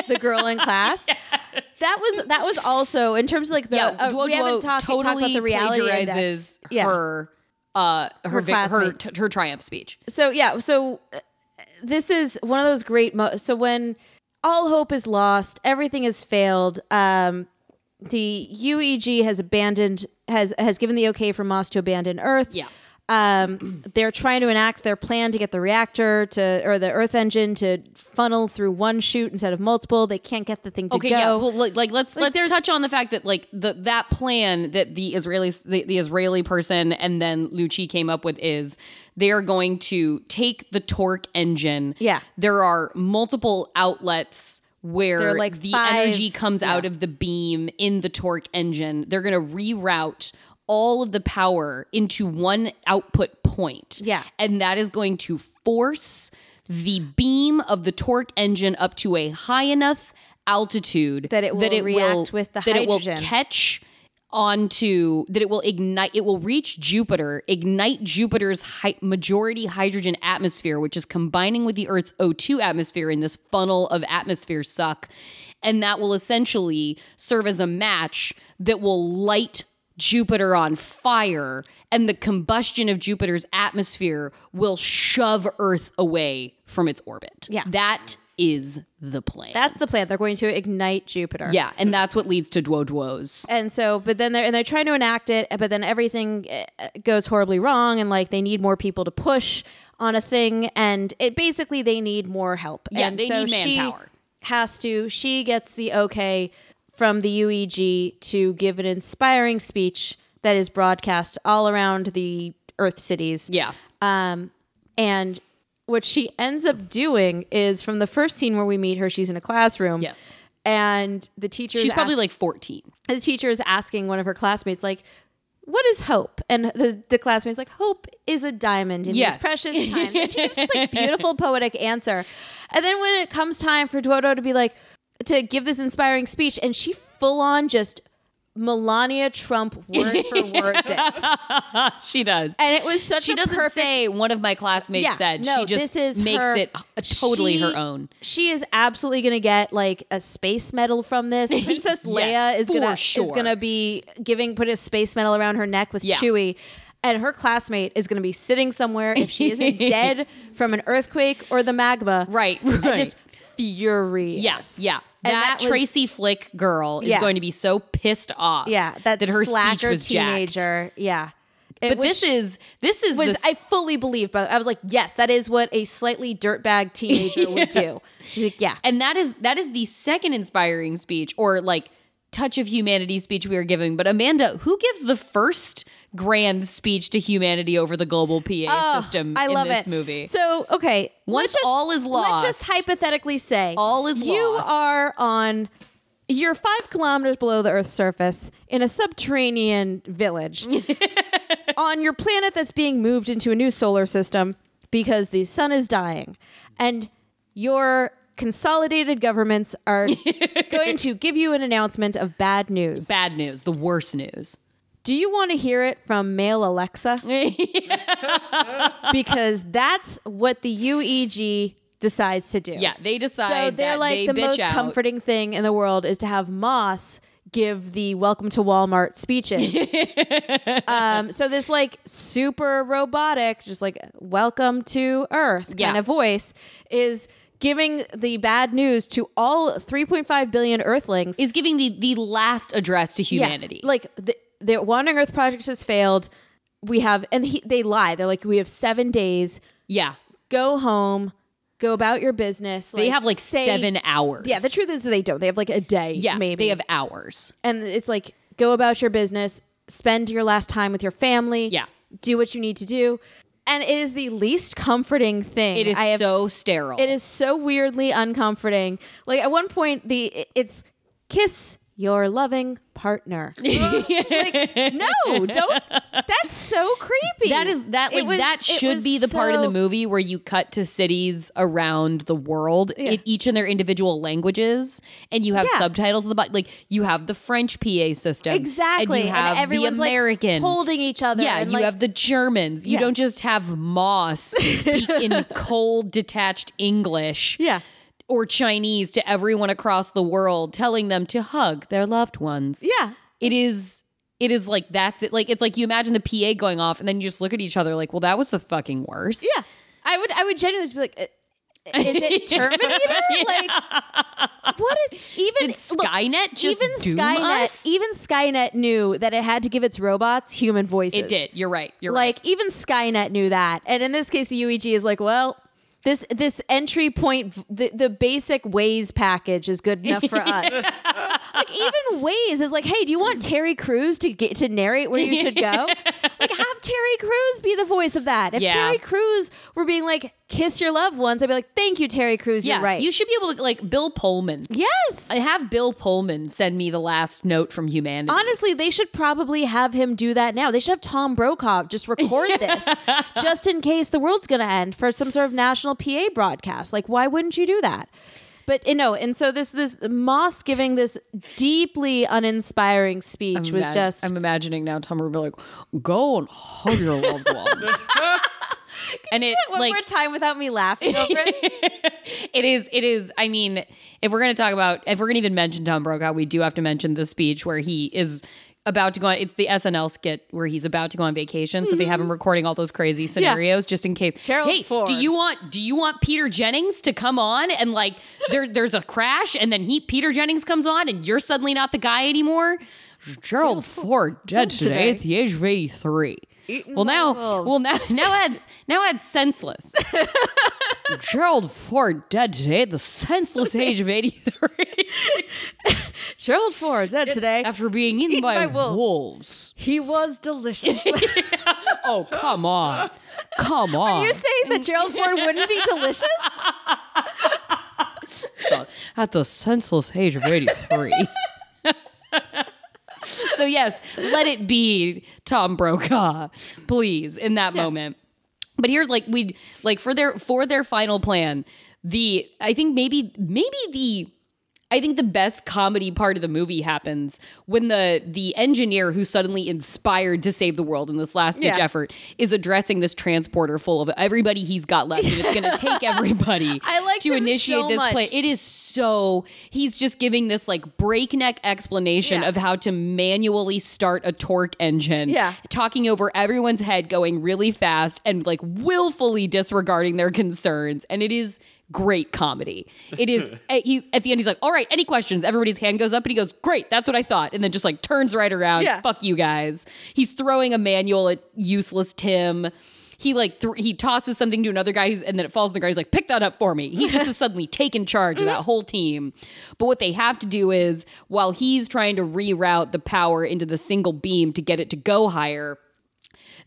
S1: the girl in class? That was that was also in terms of like the
S4: yeah,
S1: uh,
S4: Duo
S1: we haven't talked,
S4: totally
S1: talked about the reality
S4: plagiarizes
S1: index. Yeah.
S4: her, uh, her
S1: Her
S4: her, her,
S1: classmate.
S4: t- her triumph speech.
S1: So yeah, so uh, this is one of those great. Mo- so when all hope is lost, everything has failed. Um, the UEG has abandoned has has given the okay for Moss to abandon Earth.
S4: Yeah.
S1: Um, they're trying to enact their plan to get the reactor to or the Earth engine to funnel through one chute instead of multiple. They can't get the thing to
S4: Okay,
S1: go.
S4: yeah. Well, like, like let's
S1: there's-
S4: let's touch on the fact that like the that plan that the Israelis the, the Israeli person and then Lucci came up with is they are going to take the torque engine.
S1: Yeah.
S4: there are multiple outlets where
S1: There are, like,
S4: the
S1: five-
S4: energy comes out of the beam in the torque engine. They're going to reroute all of the power into one output point.
S1: Yeah.
S4: And that is going to force the beam of the torque engine up to a high enough altitude
S1: That it will react with the
S4: that it
S1: hydrogen.
S4: will catch onto that it will ignite it will reach jupiter ignite jupiter's hi- majority hydrogen atmosphere which is combining with the earth's o2 atmosphere in this funnel of atmosphere suck and that will essentially serve as a match that will light jupiter on fire and the combustion of jupiter's atmosphere will shove earth away from its orbit
S1: Yeah.
S4: that is the plan
S1: That's the plan. They're going to ignite Jupiter.
S4: yeah and that's what leads to duo duos
S1: and so but then they're and they're trying to enact it but then everything uh, goes horribly wrong and like they need more people to push on a thing and it basically they need more help
S4: Yeah,
S1: and
S4: they
S1: so
S4: need
S1: she
S4: manpower.
S1: has to she gets the okay from the ueg to give an inspiring speech that is broadcast all around the earth cities
S4: yeah
S1: and what she ends up doing is from the first scene where we meet her she's in a classroom
S4: Yes.
S1: and the teacher
S4: she's probably like
S1: like.
S4: 14
S1: the teacher is asking one of her classmates like what is hope and the, the classmate's like hope is a diamond in
S4: Yes.
S1: these precious times and she gives this like beautiful poetic answer and then when it comes time for duodo to be like to give this inspiring speech and she full on just melania trump word for word it
S4: she does
S1: and it was such
S4: she
S1: a
S4: doesn't
S1: perfect
S4: say one of my classmates
S1: Yeah,
S4: said
S1: no,
S4: she just
S1: this is
S4: makes
S1: her-
S4: it a- totally her
S1: she-
S4: own
S1: she is absolutely going to get like a space medal from this.
S4: Yes,
S1: Princess Leia is
S4: for
S1: going to
S4: sure.
S1: is going to be giving put a space medal around her neck with
S4: Yeah.
S1: Chewie. and her classmate is going to be sitting somewhere if she isn't dead from an earthquake or the magma.
S4: Right,
S1: and
S4: right.
S1: Just furious.
S4: Yes, yeah.
S1: And
S4: that,
S1: that was-
S4: Tracy Flick girl is
S1: Yeah.
S4: going to be so pissed off.
S1: Yeah, that,
S4: that her
S1: slacker
S4: speech was jacked.
S1: teenager. Yeah, It-
S4: But this
S1: which
S4: is this is
S1: was
S4: the s-
S1: I fully believe, but I was like, yes, that is what a slightly dirtbag teenager would do. Like, yeah,
S4: and that is that is the second inspiring speech or like touch of humanity speech we are giving. But Amanda, who gives the first grand speech to humanity over the global PA
S1: Oh,
S4: system
S1: I love
S4: in this
S1: it.
S4: movie?
S1: So okay,
S4: Once
S1: let's just-
S4: all is
S1: Let's just
S4: lost.
S1: hypothetically say
S4: All is
S1: you
S4: lost.
S1: are on. You're five kilometers below the Earth's surface in a subterranean village on your planet that's being moved into a new solar system because the sun is dying, and your consolidated governments are going to give you an announcement of bad news.
S4: Bad news, the worst news.
S1: Do you want to hear it from male Alexa? because that's what the UEG decides to do.
S4: Yeah, they decide
S1: So they're
S4: that
S1: like
S4: they
S1: the
S4: bitch
S1: most
S4: out.
S1: comforting thing in the world is to have Moss give the welcome to Walmart speeches. um, so this like super robotic, just like welcome to Earth
S4: Yeah.
S1: kind of voice is giving the bad news to all 3.5 billion Earthlings
S4: Is giving the the last address to
S1: yeah,
S4: humanity.
S1: Like the, the Wandering Earth project has failed. We have, and he, they lie. They're like, we have seven days.
S4: yeah.
S1: Go home. Go about your business.
S4: They have like
S1: say-
S4: seven hours.
S1: Yeah, the truth is that they don't. They have like a day.
S4: Yeah,
S1: maybe
S4: they have hours.
S1: and it's like go about your business. Spend your last time with your family.
S4: Yeah.
S1: do what you need to do. And it is the least comforting thing.
S4: It is
S1: I have
S4: so sterile.
S1: it is so weirdly uncomforting. Like at one point, the it's kiss your loving partner. like no, don't. That's so creepy.
S4: That is that
S1: It
S4: like
S1: was-
S4: that
S1: it
S4: should
S1: was
S4: be the part in the
S1: so-
S4: movie where you cut to cities around the world, in each in their individual languages, and you have
S1: Yeah.
S4: subtitles. At the bottom. like you have the French PA system,
S1: Exactly,
S4: and you have the
S1: everyone's, like,
S4: American.
S1: holding each other.
S4: yeah,
S1: and,
S4: you
S1: like,
S4: have the Germans. You
S1: Yeah.
S4: don't just have Moss speak in cold, detached English.
S1: Yeah.
S4: Or Chinese to everyone across the world, telling them to hug their loved ones
S1: yeah.
S4: it is it is like that's it like it's like you imagine the PA going off and then you just look at each other like well that was the fucking worst.
S1: Yeah, I would. I would genuinely just be like, uh, is it Terminator? Like, what is even?
S4: Did
S1: look,
S4: Skynet just
S1: even
S4: doom
S1: Skynet?
S4: us?
S1: Even Skynet knew that it had to give its robots human voices.
S4: It did. You're right. You're
S1: like
S4: right.
S1: even Skynet knew that. And in this case, the UEG is like, well. This this entry point the, the basic Waze package is good enough for us. like even Waze is like, hey, do you want Terry Crews to get to narrate where you should go? like have Terry Crews be the voice of that. If
S4: Yeah.
S1: Terry Crews were being like, kiss your loved ones, I'd be like, thank you, Terry Crews,
S4: Yeah,
S1: you're right.
S4: You should be able to like Bill Pullman.
S1: yes.
S4: I have Bill Pullman send me the last note from humanity.
S1: Honestly, they should probably have him do that now. They should have Tom Brokaw just record this just in case the world's going to end for some sort of national PA broadcast. Like, why wouldn't you do that? But you know, and so this this Moss giving this deeply uninspiring speech was
S4: Imag-
S1: just
S4: I'm imagining now Tom Rubin like go and hug your loved one. and it
S1: one
S4: like
S1: more time without me laughing over it.
S4: It is. It is. I mean, if we're going to talk about, if we're going to even mention Tom Brokaw, we do have to mention the speech where he is about to go on. It's the SNL skit where he's about to go on vacation, so they have him recording all those crazy scenarios just in case.
S1: Mm-hmm. Gerald
S4: hey,
S1: Ford.
S4: do you want? Do you want Peter Jennings to come on and like there? There's a crash, and then he Peter Jennings comes on, and you're suddenly not the guy anymore. Gerald Ford dead today
S1: today. E,
S4: at the age of 83. well now,
S1: wolves.
S4: well now, now adds now adds senseless. Gerald Ford dead today at the senseless age of 83
S1: Gerald Ford dead today.
S4: after being eaten, by,
S1: by
S4: wolves.
S1: wolves. He was delicious.
S4: Oh, come on. Come on.
S1: you saying that Gerald Ford wouldn't be delicious?
S4: at the senseless age of 83. so, yes, let it be Tom Brokaw, please, in that moment. But here, like we like for their for their final plan, the I think maybe maybe the I think the best comedy part of the movie happens when the the engineer who suddenly inspired to save the world in this last ditch
S1: Yeah.
S4: effort is addressing this transporter full of everybody he's got left, and it's going to take everybody.
S1: I liked
S4: to
S1: him
S4: initiate
S1: so
S4: this
S1: much.
S4: play. It is so he's just giving this like breakneck explanation
S1: Yeah.
S4: of how to manually start a torque engine.
S1: Yeah.
S4: talking over everyone's head, going really fast, and like willfully disregarding their concerns, and it is great comedy. It is at, he, at the end he's like, "All right, any questions?" Everybody's hand goes up, and he goes, "Great, that's what I thought," and then just like turns right around.
S1: Yeah.
S4: Fuck you guys. He's throwing a manual at useless Tim. He like thr he tosses something to another guy, he's, and then it falls in the guy. He's like, "Pick that up for me." He just is suddenly taken charge of that whole team. But what they have to do is, while he's trying to reroute the power into the single beam to get it to go higher,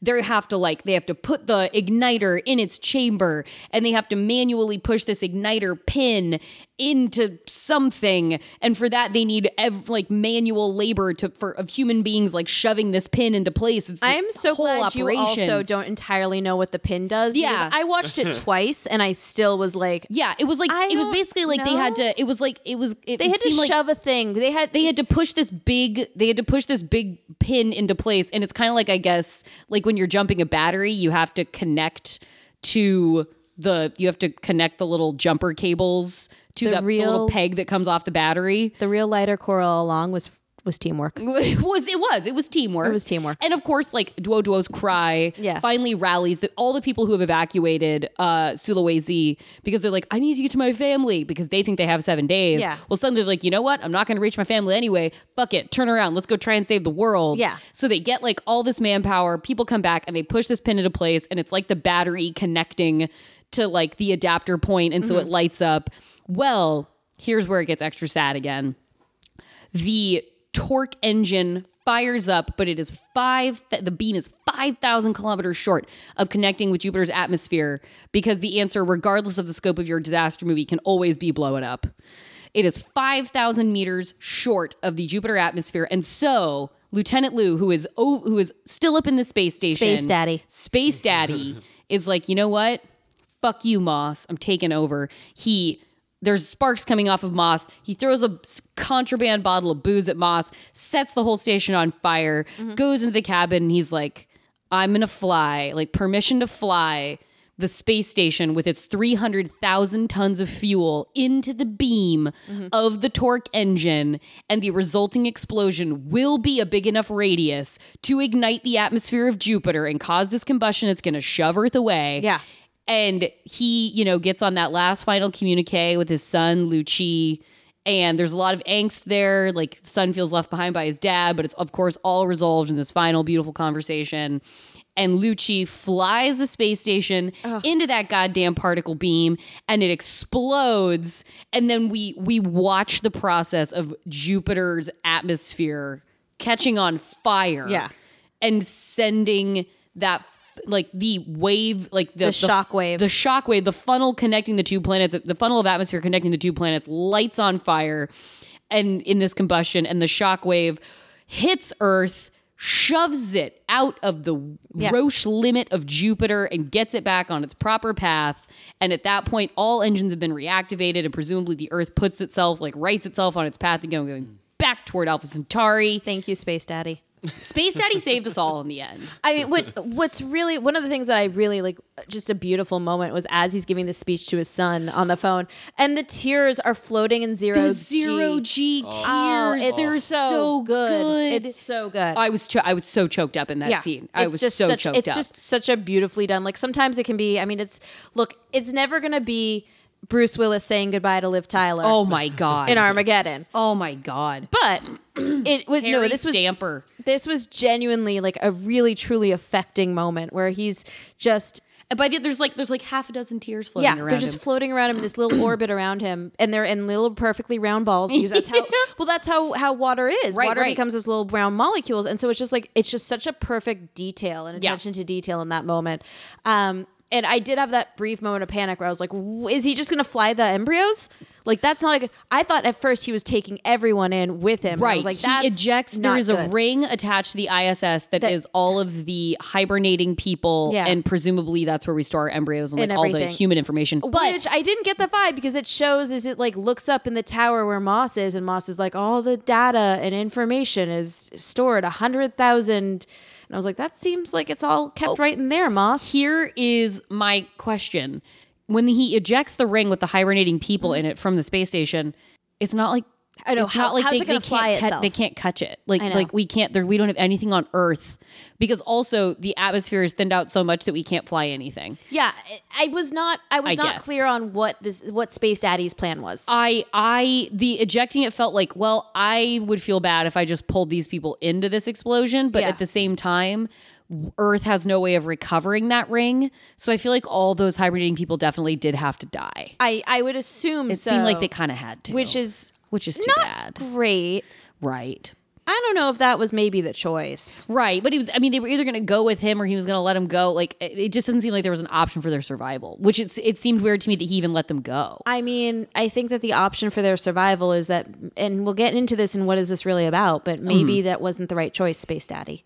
S4: they have to like they have to put the igniter in its chamber and they have to manually push this igniter pin into something and for that they need ev- like manual labor to for of human beings like shoving this pin into place it's the
S1: I'm so
S4: whole
S1: glad
S4: operation.
S1: you also don't entirely know what the pin does. because
S4: Yeah.
S1: I watched it twice and I still was like,
S4: yeah it was like
S1: I
S4: it was
S1: don't
S4: basically like they had
S1: know.
S4: to it was like it was it
S1: they had to
S4: seemed like
S1: shove a thing. They had
S4: they had to push this big they had to push this big pin into place and it's kind of like i guess like when you're jumping a battery you have to connect to the you have to connect the little jumper cables to
S1: The
S4: that little
S1: real-
S4: peg that comes off the battery
S1: the real lighter coral along was was teamwork.
S4: it was it was it was teamwork.
S1: It was teamwork.
S4: And of course, like Duo Duo's cry
S1: Yeah.
S4: finally rallies that all the people who have evacuated uh, Sulawesi because they're like, I need to get to my family because they think they have seven days.
S1: Yeah.
S4: Well, suddenly they're like, you know what? I'm not going to reach my family anyway. Fuck it. Turn around. Let's go try and save the world.
S1: Yeah.
S4: So they get like all this manpower. People come back and they push this pin into place, and it's like the battery connecting to like the adapter point, and
S1: Mm-hmm.
S4: so it lights up. Well, here's where it gets extra sad again the torque engine fires up, but it is five. Th- the beam is five thousand kilometers short of connecting with Jupiter's atmosphere because the answer, regardless of the scope of your disaster movie, can always be blow it up. It is five thousand meters short of the Jupiter atmosphere, and so Lieutenant Lou, who is o- who is still up in the space station,
S1: Space daddy.
S4: Space Daddy is like, you know what? Fuck you, Moss. I'm taking over. He there's sparks coming off of Moss. He throws a s- contraband bottle of booze at Moss, sets the whole station on fire, goes into the cabin, and he's like, I'm gonna fly, like permission to fly the space station with its 300,000 tons of fuel into the beam of the torque engine, and the resulting explosion will be a big enough radius to ignite the atmosphere of Jupiter and cause this combustion that's going to shove Earth away.
S1: Yeah.
S4: And he, you know, gets on that last final communique with his son, Luci. And there's a lot of angst there. Like, the son feels left behind by his dad, but it's, of course, all resolved in this final beautiful conversation. And Lucci flies the space station into that goddamn particle beam and it explodes. And then we we watch the process of Jupiter's atmosphere catching on fire
S1: Yeah.
S4: and sending that f- like the wave like the,
S1: The shock wave.
S4: the shock wave the funnel connecting the two planets the funnel of atmosphere connecting the two planets lights on fire and in this combustion and the shock wave hits earth shoves it out of the
S1: Yeah.
S4: Roche limit of Jupiter and gets it back on its proper path and at that point all engines have been reactivated and presumably the earth puts itself like rights itself on its path again going back toward Alpha Centauri
S1: Thank you, Space Daddy.
S4: Space Daddy saved us all in the end
S1: I mean, what what's really one of the things that I really like, just a beautiful moment was as he's giving this speech to his son on the phone, and the tears are floating in zero
S4: the zero
S1: G.
S4: G tears.
S1: Oh, it's
S4: They're so, good.
S1: It's so good.
S4: I was cho- I was so choked up in that scene. I
S1: It's
S4: was
S1: just
S4: so
S1: such,
S4: choked
S1: It's
S4: up.
S1: just such a beautifully done. Like sometimes it can be. I mean, it's look. It's never gonna be Bruce Willis saying goodbye to Liv Tyler
S4: oh my god.
S1: in Armageddon.
S4: oh my god.
S1: But it was
S4: Harry
S1: no. This was
S4: Stamper.
S1: this was genuinely like a really truly affecting moment where he's just
S4: And by the there's like there's like half a dozen tears floating
S1: yeah
S4: around.
S1: they're just
S4: him.
S1: floating around him in this little orbit around him and they're in little perfectly round balls because that's how well that's how how water is
S4: Right,
S1: water
S4: right.
S1: becomes those little round molecules and so it's just like it's just such a perfect detail and
S4: Yeah.
S1: attention to detail in that moment um and I did have that brief moment of panic where I was like, "W- "Is he just going to fly the embryos? Like that's not a good. I thought at first he was taking everyone in with him. and I
S4: Right.
S1: was like
S4: he
S1: that's
S4: ejects.
S1: not
S4: There is a
S1: good.
S4: ring attached to the ISS that
S1: That-
S4: is all of the hibernating people,
S1: Yeah.
S4: and presumably that's where we store our embryos and,
S1: And
S4: like all the
S1: everything.
S4: human information. But
S1: Which I didn't get the vibe because it shows as it like looks up in the tower where Moss is, and Moss is like, all the data and information is stored a hundred thousand. And I was like, that seems like it's all kept right in there, Moss.
S4: here is my question: When he ejects the ring with the hibernating people in it from the space station, it's not like
S1: I know,
S4: it's
S1: how-
S4: not like
S1: how's
S4: they,
S1: it gonna
S4: they
S1: fly
S4: can't cut,
S1: itself?
S4: they can't catch it. Like
S1: I know.
S4: like we can't. There, we don't have anything on Earth because also the atmosphere is thinned out so much that we can't fly anything.
S1: Yeah, I I was not. I Uh, was
S4: I
S1: not
S4: guess.
S1: clear on what this what Space Daddy's plan was.
S4: I I the ejecting it felt like well I would feel bad if I just pulled these people into this explosion but
S1: Yeah.
S4: at the same time earth has no way of recovering that ring so I feel like all those hibernating people definitely did have to die.
S1: I I would assume
S4: It
S1: so,
S4: seemed like they kind of had to.
S1: which is
S4: which is too
S1: not
S4: bad.
S1: great.
S4: Right.
S1: I don't know if that was maybe the choice.
S4: Right, but he was I mean they were either going to go with him or he was going to let him go like it it just doesn't seem like there was an option for their survival, which it's it seemed weird to me that he even let them go.
S1: I mean, I think that the option for their survival is that, and we'll get into this and what is this really about, but
S4: Mm.
S1: maybe that wasn't the right choice, Space Daddy.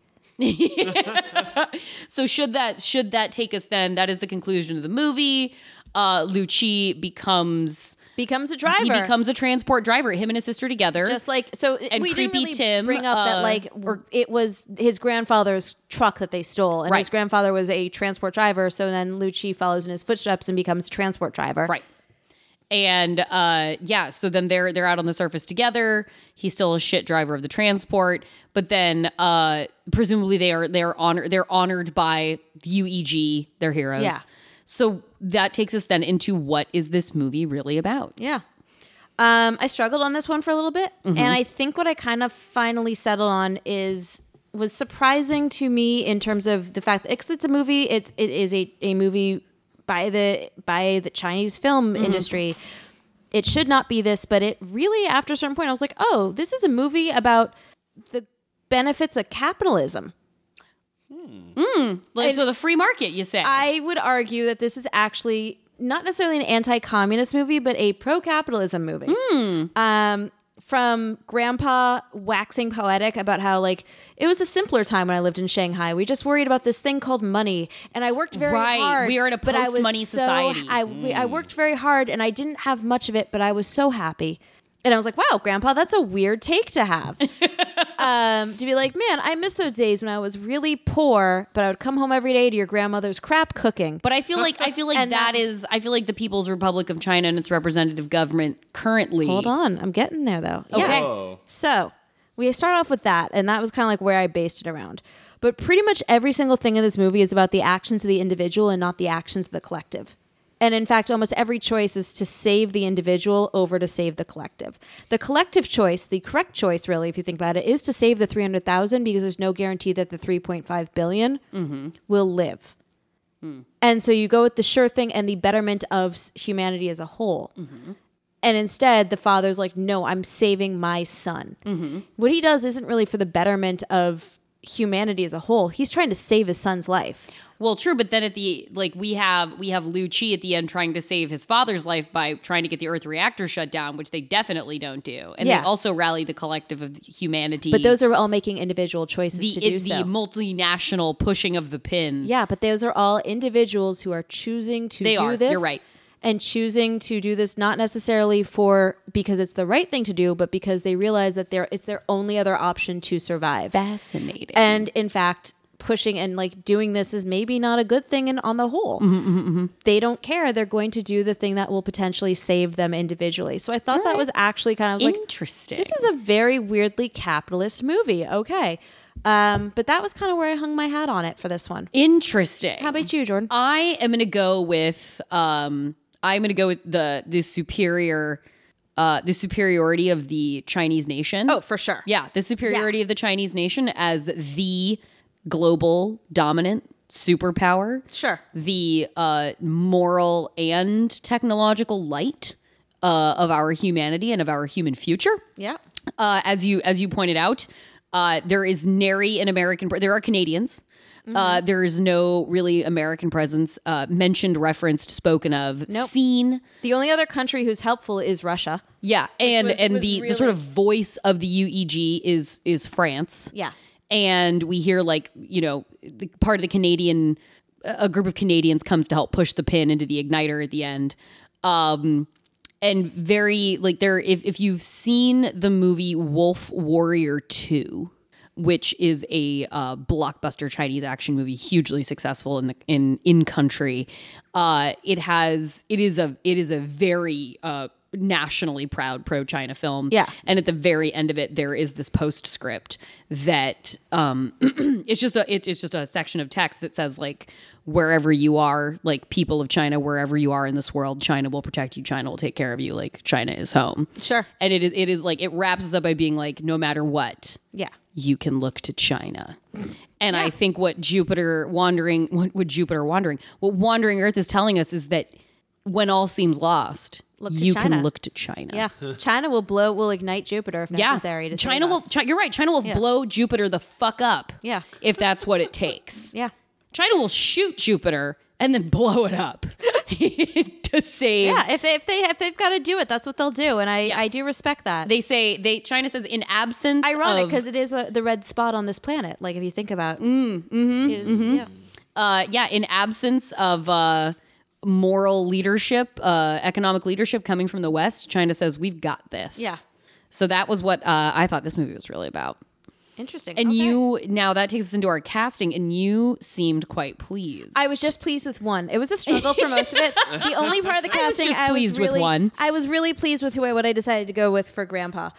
S4: So should that should that take us then? That is the conclusion of the movie. Uh, Lucci becomes
S1: Becomes a driver.
S4: he becomes a transport driver. Him and his sister together.
S1: just like so.
S4: And
S1: we didn't
S4: creepy
S1: really
S4: Tim,
S1: bring up
S4: uh,
S1: that like or, it was his grandfather's truck that they stole, and his
S4: Right.
S1: grandfather was a transport driver. So then Lucci follows in his footsteps and becomes a transport driver.
S4: right. And uh, yeah, so then they're they're out on the surface together. He's still a shit driver of the transport, but then uh, presumably they are they're honored they're honored by the UEG, their heroes.
S1: Yeah.
S4: So that takes us then into what is this movie really about?
S1: Yeah. Um, I struggled on this one for a little bit, and I think what I kind of finally settled on is was surprising to me in terms of the fact that it's, it's a movie. It's it is a, a movie by the by the Chinese film industry. It should not be this, but it really after a certain point, I was like, oh, this is a movie about the benefits of capitalism.
S4: Like, so the free market, you say?
S1: I would argue that this is actually not necessarily an anti-communist movie, but a pro-capitalism movie.
S4: Hmm.
S1: Um, from grandpa waxing poetic about how like it was a simpler time when I lived in Shanghai. We just worried about this thing called money, and I worked very
S4: Right.
S1: hard.
S4: We are in a
S1: but I was
S4: post-money
S1: so-
S4: society. Hmm.
S1: I we, I worked very hard, and I didn't have much of it, but I was so happy. And I was like, "Wow, Grandpa, that's a weird take to have." um, to be like, man, I miss those days when I was really poor, but I would come home every day to your grandmother's crap cooking.
S4: But I feel like I feel like
S1: And
S4: that
S1: that's-
S4: is I feel like the People's Republic of China and its representative government currently.
S1: hold on, I'm getting there though.
S4: Okay.
S3: Oh.
S1: So we start off with that, and that was kind of like where I based it around. But pretty much every single thing in this movie is about the actions of the individual and not the actions of the collective. And in fact, almost every choice is to save the individual over to save the collective. The collective choice, the correct choice, really, if you think about it, is to save the 300,000 because there's no guarantee that the 3.5 billion will live. And so you go with the sure thing and the betterment of s- humanity as a whole. And instead, the father's like, no, I'm saving my son.
S4: Mm-hmm.
S1: What he does isn't really for the betterment of humanity as a whole. He's trying to save his son's life.
S4: Well, true, but then at the like we have we have Lu Chi at the end trying to save his father's life by trying to get the Earth reactor shut down, which they definitely don't do, and
S1: Yeah.
S4: they also rally the collective of humanity.
S1: But those are all making individual choices
S4: the
S1: to
S4: it-
S1: do
S4: the
S1: so.
S4: multinational pushing of the pin.
S1: yeah, but those are all individuals who are choosing to
S4: They
S1: do
S4: are.
S1: this.
S4: You're right.
S1: And choosing to do this not necessarily for because it's the right thing to do, but because they realize that they're, it's their only other option to survive.
S4: Fascinating.
S1: and in fact pushing and like doing this is maybe not a good thing and on the whole they don't care they're going to do the thing that will potentially save them individually so i thought that was actually kind of I was like
S4: Interesting.
S1: this is a very weirdly capitalist movie okay um, but that was kind of where i hung my hat on it for this one
S4: interesting.
S1: how about you jordan
S4: I am gonna go with um I'm gonna go with the the superior uh the superiority of the Chinese nation.
S1: oh, for sure
S4: Yeah, the superiority of the Chinese nation as the global dominant superpower.
S1: Sure.
S4: The uh, moral and technological light uh, of our humanity and of our human future.
S1: yeah
S4: Uh, as you as you pointed out, uh, there is nary an American. There are Canadians. Uh, there is no really American presence uh, mentioned, referenced, spoken of, seen.
S1: The only other country who's helpful is Russia.
S4: Yeah, and
S1: was-
S4: and
S1: was
S4: the, the
S1: really-
S4: sort of voice of the UEG is is France.
S1: Yeah.
S4: and we hear like you know the part of the Canadian, a group of Canadians comes to help push the pin into the igniter at the end. Um, and very like there, if if you've seen the movie Wolf Warrior Two. Which is a uh, blockbuster Chinese action movie, hugely successful in the in in country. Uh, it has it is a it is a very uh, nationally proud pro China film.
S1: Yeah.
S4: And at the very end of it, there is this postscript that um, it's just a it, it's just a section of text that says like wherever you are, like people of China, wherever you are in this world, China will protect you. China will take care of you. Like China is home.
S1: Sure.
S4: And it is it is like it wraps us up by being like no matter what,
S1: Yeah.
S4: you can look to China. And I think what Jupiter wandering, what, what Jupiter wandering, what wandering Earth is telling us is that when all seems lost,
S1: Look to
S4: you can
S1: China.
S4: look to China.
S1: Yeah. China will blow, will ignite Jupiter if necessary. To
S4: China
S1: save
S4: will.
S1: us.
S4: Chi- you're right. China will blow Jupiter the fuck up.
S1: Yeah.
S4: if that's what it takes.
S1: Yeah.
S4: China will shoot Jupiter and then blow it up to save.
S1: Yeah. If they if they if they've got to do it, that's what they'll do, and I I do respect that.
S4: They say they. China says in absence.
S1: Ironic
S4: of-
S1: because it is uh the red spot on this planet. Like if you think about,
S4: Mm, mm-hmm,
S1: it is- yeah.
S4: uh, yeah, in absence of uh, moral leadership, uh, economic leadership coming from the West, China says we've got this.
S1: Yeah.
S4: So that was what uh, I thought this movie was really about.
S1: interesting.
S4: And
S1: Okay.
S4: you now that takes us into our casting, and you seemed quite pleased.
S1: I was just pleased with one. It was a struggle for most of it. The only part of the
S4: I was
S1: casting
S4: just
S1: I was
S4: pleased with
S1: really,
S4: one.
S1: I was really pleased with who I what I decided to go with for Grandpa.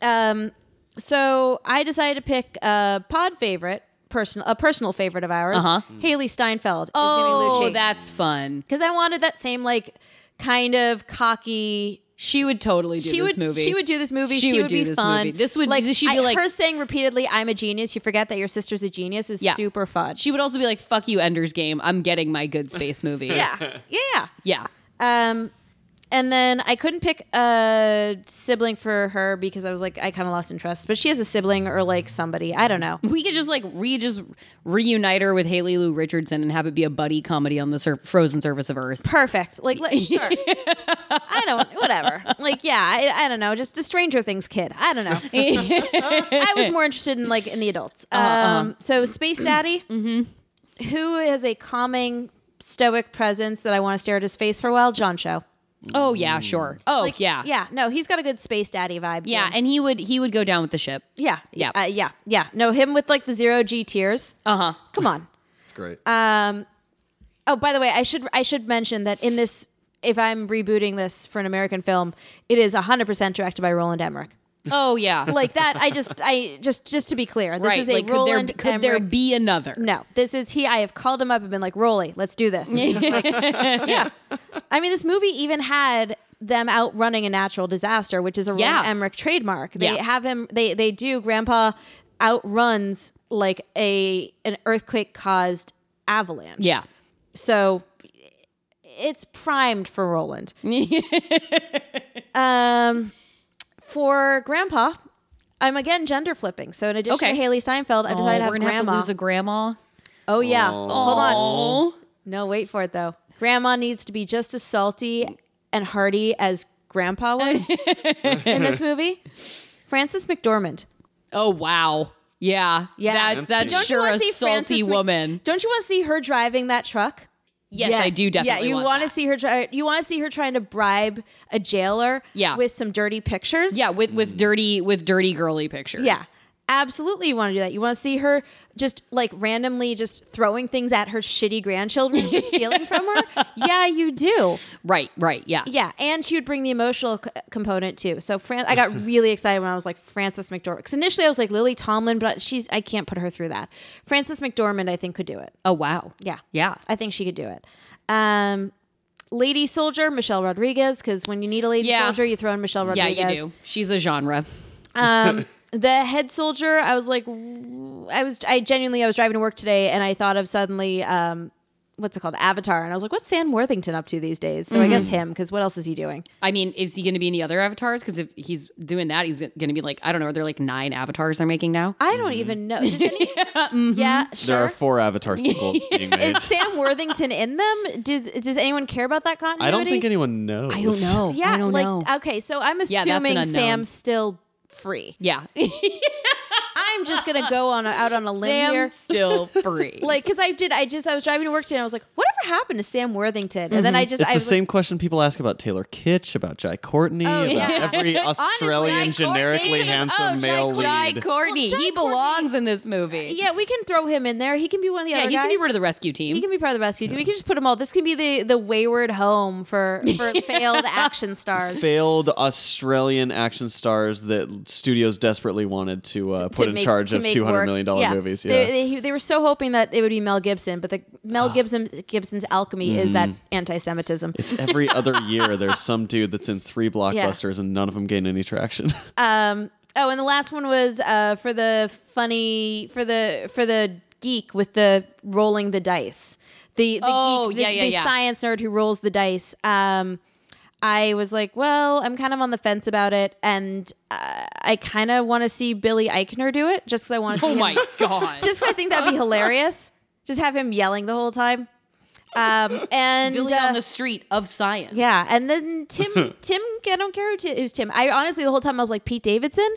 S1: Um, so I decided to pick a pod favorite, personal a personal favorite of ours,
S4: Uh-huh.
S1: Haley Steinfeld.
S4: Oh, that's fun.
S1: because I wanted that same like kind of cocky.
S4: She would totally do
S1: She
S4: this
S1: would
S4: movie.
S1: she would do this movie. She,
S4: would
S1: would
S4: do
S1: be
S4: this
S1: fun.
S4: movie. This would she'd be
S1: I-
S4: like
S1: her saying repeatedly, "I'm a genius." You forget that your sister's a genius is
S4: Yeah.
S1: super fun.
S4: she would also be like, "Fuck you, Ender's Game. I'm getting my good space movie."
S1: yeah, yeah, yeah.
S4: yeah.
S1: Um, and then I couldn't pick a sibling for her because I was like, I kind of lost interest. But she has a sibling or like somebody. I don't know.
S4: We could just like re just reunite her with Haley Lou Richardson and have it be a buddy comedy on the sur- frozen surface of Earth.
S1: Perfect. Like, let, sure. I don't, whatever. Like, yeah, I, I don't know. Just a Stranger Things kid. I don't know. I was more interested in like in the adults. Um,
S4: Uh-huh.
S1: So Space Daddy,
S4: Mm-hmm.
S1: who is a calming, stoic presence that I want to stare at his face for a while. John Cho.
S4: Oh yeah, sure. Oh
S1: Like,
S4: yeah,
S1: Yeah. No, he's got a good Space Daddy vibe. to
S4: yeah.
S1: him.
S4: And he would he would go down with the ship.
S1: Yeah.
S4: Yeah.
S1: Uh, yeah. Yeah. No, him with like the zero G tears.
S4: Uh huh.
S1: Come on.
S3: It's great.
S1: Oh, by the way, I should I should mention that in this, if I'm rebooting this for an American film, it is 100% directed by Roland Emmerich.
S4: Oh yeah.
S1: Like that, I just I just just to be clear, this
S4: right.
S1: is a
S4: like could there
S1: Roland
S4: could there
S1: Emmerich-
S4: be another?
S1: no, this is he. I have called him up and been like, Rolly, let's do this. Like, yeah. I mean, this movie even had them out running a natural disaster, which is a
S4: Yeah.
S1: Roland Emmerich trademark. They
S4: Yeah.
S1: have him, they, they do. Grandpa outruns like a an earthquake caused avalanche.
S4: Yeah.
S1: So it's primed for Roland. um, for Grandpa, I'm again gender flipping. So in addition
S4: Okay.
S1: to Haley Steinfeld, I've decided
S4: oh,
S1: to have
S4: we're gonna
S1: Grandma.
S4: have to lose a grandma.
S1: Oh yeah. Hold on.
S4: Oh.
S1: No, wait for it though. Grandma needs to be just as salty and hearty as grandpa was in this movie. Frances McDormand.
S4: Oh wow. Yeah.
S1: Yeah.
S4: That,
S3: Fancy.
S4: that's
S1: Don't you
S4: sure
S1: wanna
S4: a
S1: see Frances
S4: salty
S1: Mc-
S4: woman.
S1: Don't you want to see her driving that truck?
S4: Yes, I do definitely.
S1: Yeah, you
S4: want
S1: to
S4: that.
S1: see her try you want to see her trying to bribe a jailer
S4: Yeah.
S1: with some dirty pictures?
S4: Yeah, with with dirty with dirty girly pictures.
S1: Yeah. Absolutely, you want to do that. You want to see her just like randomly just throwing things at her shitty grandchildren who're stealing from her? Yeah, you do.
S4: Right. Right. Yeah.
S1: Yeah, and she would bring the emotional c- component too. So Fran- I got really excited when I was like Frances McDormand. Because initially I was like Lily Tomlin, but she's I can't put her through that. Frances McDormand, I think, could do it.
S4: Oh wow.
S1: Yeah,
S4: Yeah.
S1: I think she could do it. Um, lady soldier Michelle Rodriguez, because when you need a lady
S4: Yeah.
S1: soldier, you throw in Michelle
S4: Yeah,
S1: Rodriguez.
S4: you do. She's a genre.
S1: Um, the head soldier, I was like, w- I was, I genuinely, I was driving to work today, and I thought of suddenly um, what's it called Avatar, and I was like, what's Sam Worthington up to these days? So I
S4: Mm-hmm.
S1: guess him because what else is he doing?
S4: I mean, is he going to be in the other avatars? Because if he's doing that, he's going to be like, I don't know, are there like nine avatars they're making now?
S1: I don't even know. Does any,
S4: Mm-hmm.
S1: Yeah, sure.
S3: There are four Avatar sequels being made.
S1: is Sam Worthington in them? Does Does anyone care about that continuity?
S3: I don't think anyone knows.
S4: I don't know.
S1: Yeah,
S4: I don't
S1: like
S4: know.
S1: okay, so I'm
S4: that's an
S1: assuming
S4: unknown.
S1: Sam's still free.
S4: yeah.
S1: I'm just gonna go on a, out on a limb here.
S4: Sam's still free.
S1: like because I did. I just I was driving to work today. and I was like, whatever happened to Sam Worthington? And then I
S3: Mm-hmm.
S1: just
S3: It's
S1: I
S3: the
S1: was
S3: same question people ask about Taylor Kitsch, about Jai Courtney, about
S1: yeah.
S3: every Australian
S1: Jai Courtney.
S3: generically
S1: David-
S3: handsome
S1: oh, Jai
S3: male
S4: Jai
S3: lead.
S4: Courtney.
S1: Well, Jai
S4: he belongs in this movie.
S1: Like, yeah, we can throw him in there. He can be one of the
S4: Yeah,
S1: other
S4: he's going to
S1: guys.
S4: be part of the rescue team.
S1: He can be part of the rescue. team. We can just put them all. This can be the the wayward home for for failed action stars.
S3: Failed Australian action stars that studios desperately wanted to uh, put
S1: to
S3: in
S1: make-
S3: charge
S1: to
S3: of
S1: make
S3: two hundred
S1: work.
S3: million dollar
S1: Yeah.
S3: movies. Yeah, Ah.
S1: They, they, they were so hoping that it would be Mel Gibson, but the Mel Gibson Gibson's alchemy is that anti-Semitism.
S3: Mm. it's every other year there's some dude that's in three blockbusters and none of them gain any traction.
S1: Um, oh, and the last one was uh, for the funny for the for the geek with the rolling the dice. The, the
S4: Oh,
S1: geek, the,
S4: yeah, yeah,
S1: the
S4: yeah.
S1: science nerd who rolls the dice. Um, I was like, well, I'm kind of on the fence about it, and uh, I kind of want to see Billy Eichner do it, just because I want to see
S4: oh
S1: him
S4: my God.
S1: just 'cause I think that'd be hilarious. Just have him yelling the whole time. Um, and
S4: Billy
S1: uh,
S4: on the street of science.
S1: yeah, and then Tim, Tim, I don't care who Tim, who's Tim. I honestly the whole time I was like Pete Davidson,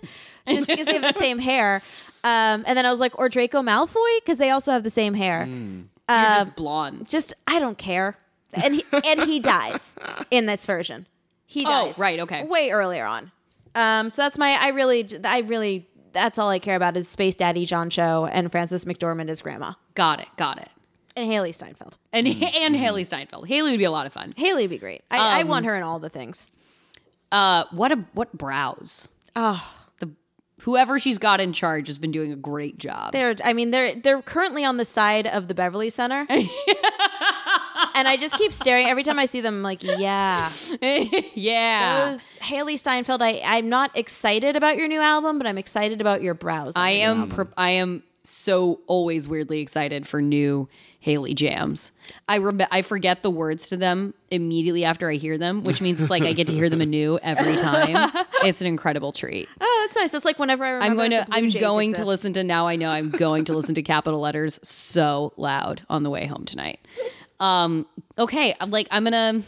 S1: just because they have the same hair. Um, and then I was like, or Draco Malfoy because they also have the same hair.
S4: You're uh, just blonde.
S1: Just I don't care. And he, and he dies in this version. He
S4: Oh,
S1: dies.
S4: right, okay.
S1: Way earlier on. Um, so that's my. I really, I really. That's all I care about is Space Daddy John Cho and Francis McDormand as Grandma
S4: got it. Got it.
S1: and Haley Steinfeld.
S4: And and Haley Steinfeld. Haley would be a lot of fun.
S1: Haley would be great. I, I
S4: Um,
S1: want her in all the things.
S4: Uh, what a what brows.
S1: Oh,
S4: The whoever she's got in charge has been doing a great job.
S1: they're. I mean, they're they're currently on the side of the Beverly Center, and I just keep staring every time I see them. I'm like, yeah,
S4: yeah.
S1: those Haley Steinfeld. I I'm not excited about your new album, but I'm excited about your brows.
S4: I am pre- I am so always weirdly excited for new Haley jams. I rem- I forget the words to them immediately after I hear them, which means it's like I get to hear them anew every time. It's an incredible treat.
S1: oh, that's nice. That's like whenever I remember.
S4: I'm going
S1: that
S4: to
S1: the Blue
S4: I'm
S1: Jays
S4: going to
S1: exist.
S4: listen to now I know I'm going to listen to capital letters so loud on the way home tonight. Um okay, I'm like I'm going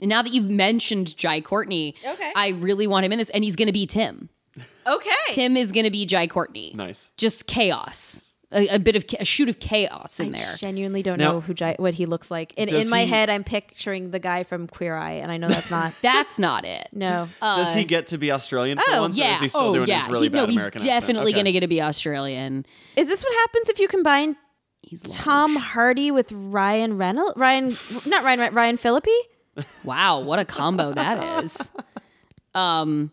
S4: to now that you've mentioned Jai Courtney,
S1: Okay.
S4: I really want him in this and he's going to be Tim.
S1: Okay,
S4: Tim is going to be Jai Courtney.
S3: nice.
S4: Just chaos. A, a bit of cha- a shoot of chaos in there.
S1: genuinely don't
S3: Now-
S1: know who Jai, what he looks like. In,
S3: Does
S1: in my
S3: he-
S1: head, I'm picturing the guy from Queer Eye, and I know that's not.
S4: That's not it.
S1: no,
S3: Does he get to be Australian for
S1: Uh, oh,
S3: once? Or
S4: Yeah.
S3: is he still
S4: oh,
S3: doing
S4: yeah.
S3: his really
S4: He-
S3: bad
S4: no, he's
S3: American accent?
S4: definitely
S3: Okay.
S4: going to get to be Australian.
S1: is this what happens if you combine
S4: He's
S1: Tom Hardy with Ryan Reynolds, Ryan, not Ryan, Re- Ryan Philippi.
S4: Wow, what a combo that is. Um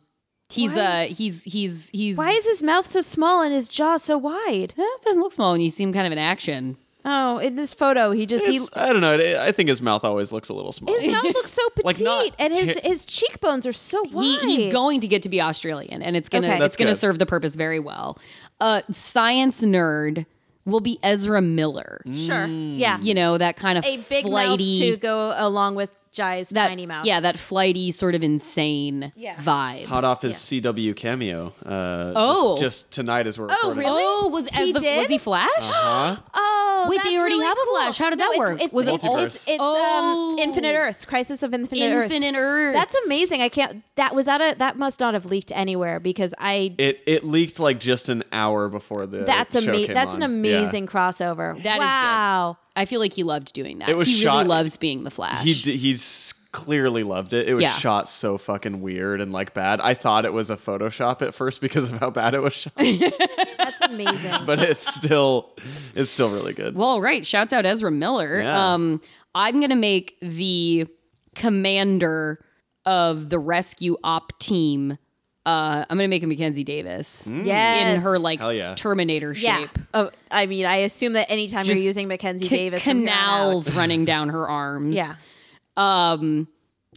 S4: he's uh he's he's he's
S1: Why is his mouth so small and his jaw so wide?
S4: Eh, it doesn't look small when you see him kind of in action.
S1: Oh, in this photo, he just
S3: It's- I don't know. It, I think his mouth always looks a little small.
S1: he his mouth looks so
S3: Like
S1: petite,
S3: not
S1: and his
S3: ti-
S1: his cheekbones are so wide.
S4: He, he's going to get to be Australian and it's gonna
S1: Okay. That's
S4: it's gonna
S3: good.
S4: serve the purpose very well. Uh science nerd will be Ezra Miller.
S3: Mm.
S1: sure, yeah,
S4: You know, that kind of
S1: a big
S4: flighty
S1: mouth to go along with Jai's
S4: that,
S1: tiny mouth.
S4: Yeah, that flighty, sort of insane
S1: Yeah.
S4: vibe.
S3: Hot off his CW cameo. Uh,
S4: Oh.
S3: just, just tonight as we're recording.
S1: really?
S4: Oh, was as
S1: He
S4: the, was
S1: did?
S4: he Flash?
S3: Uh-huh.
S1: Oh,
S4: Wait,
S1: that's
S4: they already
S1: really
S4: have a
S1: cool.
S4: Flash. How did that
S1: it's-
S4: work?
S1: It's,
S4: Was it
S1: it's,
S3: Multiverse.
S1: It's, it's,
S4: Oh.
S1: um, Infinite Earths, Crisis of Infinite Earth.
S4: Infinite Earth.
S1: That's amazing. I can't. That was that. A, that must not have leaked anywhere because I.
S3: It it leaked like just an hour before the
S1: that's
S3: show
S1: amazing.
S3: came
S1: That's
S3: on.
S1: an
S3: Yeah.
S1: amazing crossover.
S4: That is good.
S1: wow.
S4: I feel like he loved doing that.
S3: It was
S4: he really
S3: shot-
S4: loves being the Flash.
S3: He d- he s- clearly loved it. It was
S4: Yeah.
S3: shot so fucking weird and like bad. I thought it was a Photoshop at first because of how bad it was shot,
S1: That's amazing.
S3: but it's still it's still really good.
S4: Well, right. Shouts out Ezra Miller.
S3: Yeah.
S4: Um, I'm gonna make the commander of the rescue op team. Uh, I'm gonna make a Mackenzie Davis
S3: mm.
S1: yes.
S4: in her like
S3: Hmm. Hell yeah.
S4: Terminator
S1: yeah.
S4: shape.
S1: Oh, I mean, I assume that anytime
S4: Just
S1: you're using Mackenzie
S4: Ca-
S1: Davis, from here on out-
S4: canals running down her arms.
S1: Yeah.
S4: Um,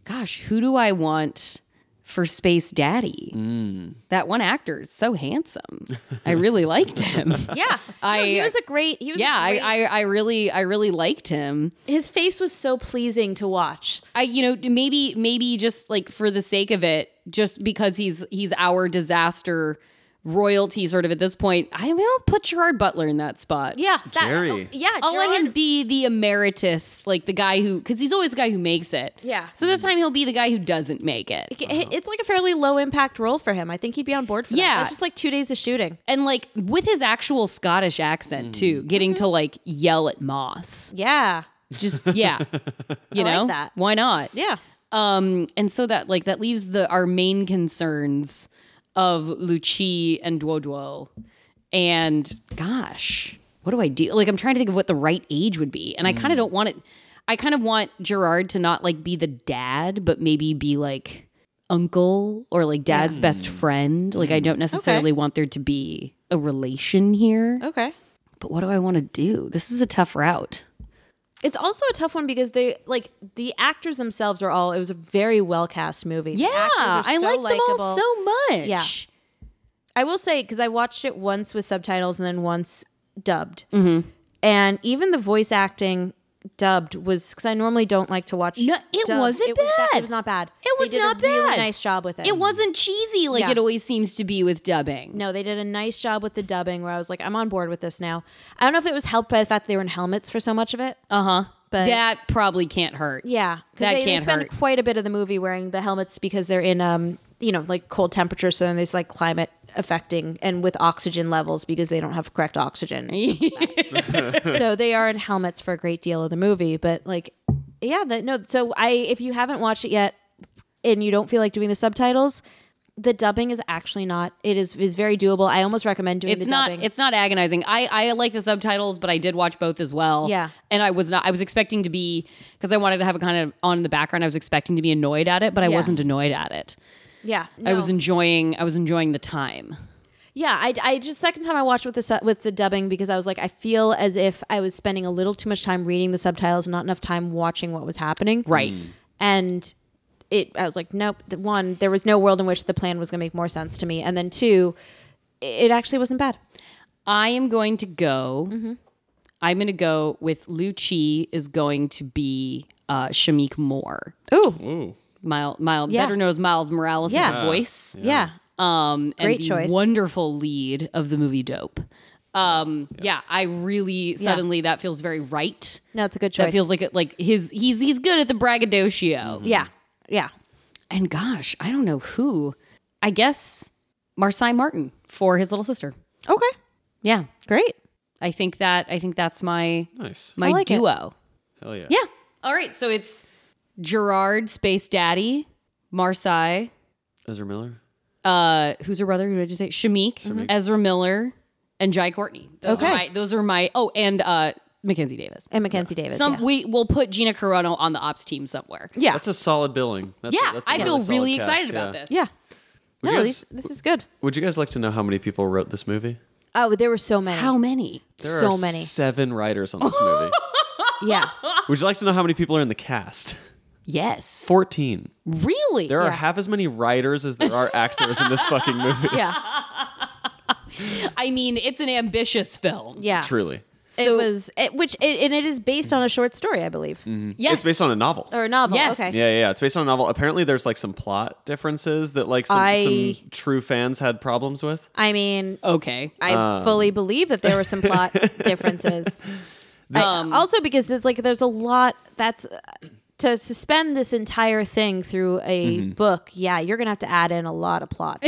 S4: gosh, who do I want for Space Daddy.
S3: Hmm.
S4: That one actor is so handsome. I really liked him.
S1: Yeah,
S4: I-
S1: No, he was a great. He was
S4: yeah,
S1: a
S4: I,
S1: great,
S4: I I really I really liked him.
S1: his face was so pleasing to watch.
S4: I you know maybe maybe just like for the sake of it, just because he's he's our disaster royalty sort of at this point. I will put Gerard Butler in that spot.
S1: Yeah, that, oh,
S3: Jerry.
S1: yeah,
S4: I'll let him
S1: Gerard-
S4: be the emeritus, like the guy who, because he's always the guy who makes it.
S1: Yeah.
S4: So this time he'll be the guy who doesn't make it.
S1: It's like a fairly low impact role for him. I think he'd be on board for that.
S4: Yeah.
S1: That's just like two days of shooting.
S4: And like with his actual Scottish accent too, getting
S1: Mm-hmm.
S4: to like yell at Moss.
S1: Yeah,
S4: Just yeah, you
S1: I like
S4: know
S1: that.
S4: why not?
S1: yeah.
S4: Um, and so that like that leaves the our main concerns of Luci and Duoduo. And gosh, what do I do? Like I'm trying to think of what the right age would be. And I
S1: Hmm.
S4: kind of don't want it I kind of want Gerard to not like be the dad, but maybe be like uncle or like dad's best friend. Like I
S1: Hmm.
S4: don't necessarily want there to be a relation here.
S1: Okay.
S4: But what do I want to do? This is a tough route.
S1: It's also a tough one because they like the actors themselves are all. It was a very well cast movie. The
S4: Yeah,
S1: actors are
S4: I
S1: so
S4: like them
S1: likable.
S4: all so much.
S1: Yeah. I will say because I watched it once with subtitles and then once dubbed,
S4: Mm-hmm.
S1: and even the voice acting dubbed was because I normally don't like to watch.
S4: No, it
S1: dubbed.
S4: was't
S1: it Was bad.
S4: bad.
S1: It was not bad.
S4: It was
S1: they did
S4: not
S1: a Really
S4: bad.
S1: nice job with it.
S4: It wasn't cheesy like
S1: Yeah.
S4: it always seems to be with dubbing.
S1: No, they did a nice job with the dubbing where I was like, I'm on board with this now. I don't know if it was helped by the fact they were in helmets for so much of it. Uh
S4: Uh-huh.
S1: huh. But
S4: That probably can't hurt.
S1: yeah, 'cause
S4: that
S1: they, they
S4: can't
S1: spend
S4: hurt.
S1: quite a bit of the movie wearing the helmets because they're in um you know like cold temperatures, so then there's like climate affecting and with oxygen levels because they don't have correct oxygen. so they are in helmets for a great deal of the movie, but like yeah, that no. So I if you haven't watched it yet and you don't feel like doing the subtitles. The dubbing is actually not. It is is very doable. I almost recommend doing
S4: It's
S1: the
S4: not
S1: dubbing.
S4: it's not agonizing. I I like the subtitles, but I did watch both as well.
S1: Yeah.
S4: And I was not I was expecting to be because I wanted to have a kind of on in the background. I was expecting to be annoyed at it, but I
S1: Yeah.
S4: wasn't annoyed at it.
S1: yeah,
S4: I
S1: no.
S4: was enjoying I was enjoying the time.
S1: Yeah, I, I just second time I watched with the su- with the dubbing because I was like I feel as if I was spending a little too much time reading the subtitles, and not enough time watching what was happening.
S4: Right.
S1: And it, I was like, nope. The, one, there was no world in which the plan was going to make more sense to me, and then two, it actually wasn't bad.
S4: I am going to go.
S1: Mm-hmm.
S4: I'm going to go with Luci is going to be uh Shamik Moore.
S1: Ooh,
S3: Ooh.
S4: Miles, Miles
S1: Yeah.
S4: better known as Miles Morales'
S1: Yeah.
S4: voice.
S1: yeah.
S4: um, and
S1: Great
S4: the
S1: choice.
S4: wonderful lead of the movie Dope. Um, yeah. I really suddenly that feels very right.
S1: No, it's a good choice.
S4: That feels like it, like his he's he's good at the braggadocio.
S1: yeah, yeah.
S4: And gosh, I don't know who. I guess Marseille Martin for his little sister.
S1: Okay,
S4: Yeah,
S1: great.
S4: I think that I think that's my
S3: Nice.
S4: my
S1: like it.
S4: duo.
S3: Hell yeah.
S4: Yeah. All right. So it's Gerard Space Daddy Marseille.
S3: Ezra Miller.
S4: uh who's her brother? Who did you say? Shamik, Ezra Miller, and Jai Courtney. Those
S1: Okay.
S4: are my those are my oh, and uh Mackenzie Davis.
S1: And Mackenzie Davis.
S4: Some
S1: yeah.
S4: we will put Gina Carano on the ops team somewhere.
S1: yeah,
S3: That's a solid billing. That's
S4: Yeah,
S3: a, that's a
S4: I feel
S3: solid
S4: really
S3: cast,
S4: excited
S3: yeah.
S4: about this.
S1: yeah.
S3: Would,
S1: no,
S3: you
S1: these,
S3: guys,
S1: this is good.
S3: would you guys like to know how many people wrote this movie?
S1: Oh, there were so many.
S4: How many?
S3: There
S1: so
S3: are
S1: many.
S3: Seven writers on this movie.
S1: Yeah.
S3: Would you like to know how many people are in the cast?
S4: Yes.
S3: Fourteen.
S4: Really?
S3: There are
S1: Yeah.
S3: half as many writers as there are actors in this fucking movie.
S1: Yeah.
S4: I mean, it's an ambitious film.
S1: Yeah.
S3: Truly.
S4: So-
S1: it was it, which it, and it is based on a short story, I believe,
S4: Mm. Yes.
S3: It's based on a novel.
S1: or a novel.
S4: Yes.
S1: Okay.
S3: Mm-hmm. Yeah, yeah, yeah, it's based on a novel. Apparently, there's like some plot differences that like some,
S1: I-
S3: some true fans had problems with.
S1: I mean,
S4: Okay.
S1: I
S3: Um.
S1: fully believe that there were some plot differences. I-
S4: Um,
S1: also, because it's like there's a lot that's uh, to suspend this entire thing through a
S3: Mm-hmm.
S1: book. Yeah, you're gonna have to add in a lot of plot.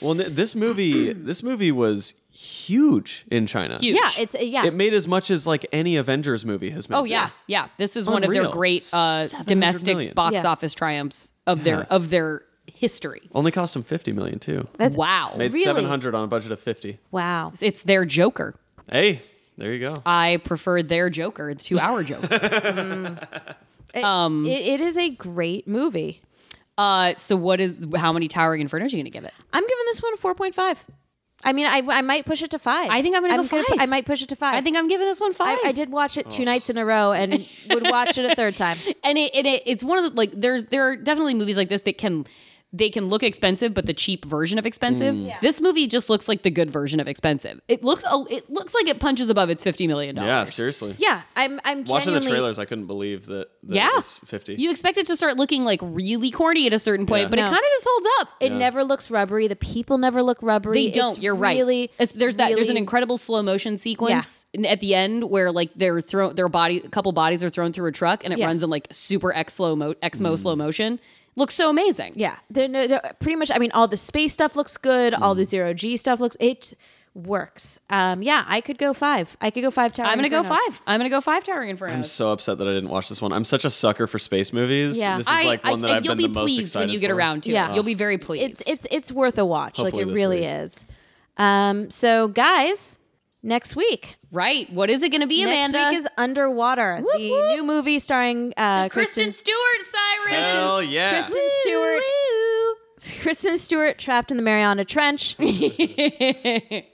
S3: Well, th- this movie, this movie was huge in China.
S4: Huge.
S1: yeah, it's uh, yeah.
S3: It made as much as like any Avengers movie has made.
S4: Oh yeah, yeah. This is one of their
S3: Unreal.
S4: great uh,
S3: 700
S4: domestic
S3: million.
S4: box
S1: Yeah.
S4: office triumphs of their of their history.
S3: Only cost them fifty million too.
S1: That's-
S4: wow.
S3: Made
S1: Really?
S3: seven hundred on a budget of fifty.
S1: wow.
S4: It's their Joker.
S3: Hey, there you go.
S4: I prefer their Joker to our Joker. Um,
S1: It- it is a great movie.
S4: Uh, so what is how many towering infernos are you gonna give it?
S1: I'm giving this one a 4.5. I mean, I, I might push it to five.
S4: I think I'm gonna go
S1: pu-
S4: five.
S1: I might push it to five.
S4: I think I'm giving this one five.
S1: I, I did watch it
S3: Oh.
S1: two nights in a row and would watch it a third time.
S4: and it, it, it it's one of the like there's there are definitely movies like this that can they can look expensive but the cheap version of expensive this movie just looks like the good version of expensive it looks a- it looks like it punches above its 50 million dollars
S3: Yeah, seriously.
S1: Yeah, I'm. I'm
S3: Watching the
S1: genuinely-
S3: trailers, I couldn't believe that. that
S4: yeah
S3: it was fifty.
S4: you expect it to start looking like really corny at a certain point
S3: Yeah.
S4: but it
S1: No.
S4: kind of just holds up
S1: It never looks rubbery. The people never look rubbery.
S4: they don't.
S1: It's
S4: You're right.
S1: Really,
S4: It's- there's that. There's an
S1: really-
S4: incredible slow motion sequence n- at the end where like they're thrown. Their body, a couple bodies are thrown through a truck, and it
S1: Yeah.
S4: runs in like super X slow mo,
S3: Mm.
S4: Xmo slow motion. Looks so amazing.
S1: Yeah, they're, no- they're- pretty much. I mean, all the space stuff looks good. All
S3: Mm.
S1: the zero G stuff looks. It works. Um, yeah, I could go five. I could go five. Tower
S4: I'm gonna go
S1: Infernos.
S4: five. I'm gonna go five Towering
S3: I'm
S4: Infernos.
S3: so upset that I didn't watch this one. I'm such a sucker for space movies.
S1: Yeah.
S3: This is like one that I, have
S4: you'll
S3: been the
S4: be
S3: most
S4: pleased
S3: excited
S4: when you get
S3: for.
S4: around to
S1: Yeah.
S4: it. You'll be very pleased.
S1: It's it's it's worth a watch.
S3: Hopefully
S1: like it
S3: this
S1: really
S3: week.
S1: is. Um, so guys, next week.
S4: right. What is it gonna be, Amanda?
S1: Next week is Underwater, the
S4: whoop.
S1: new movie starring uh,
S4: Kristen,
S1: Kristen
S4: Stewart, Cyrus.
S3: Hell yeah!
S1: Kristen Stewart. Kristen Stewart trapped in the Mariana Trench.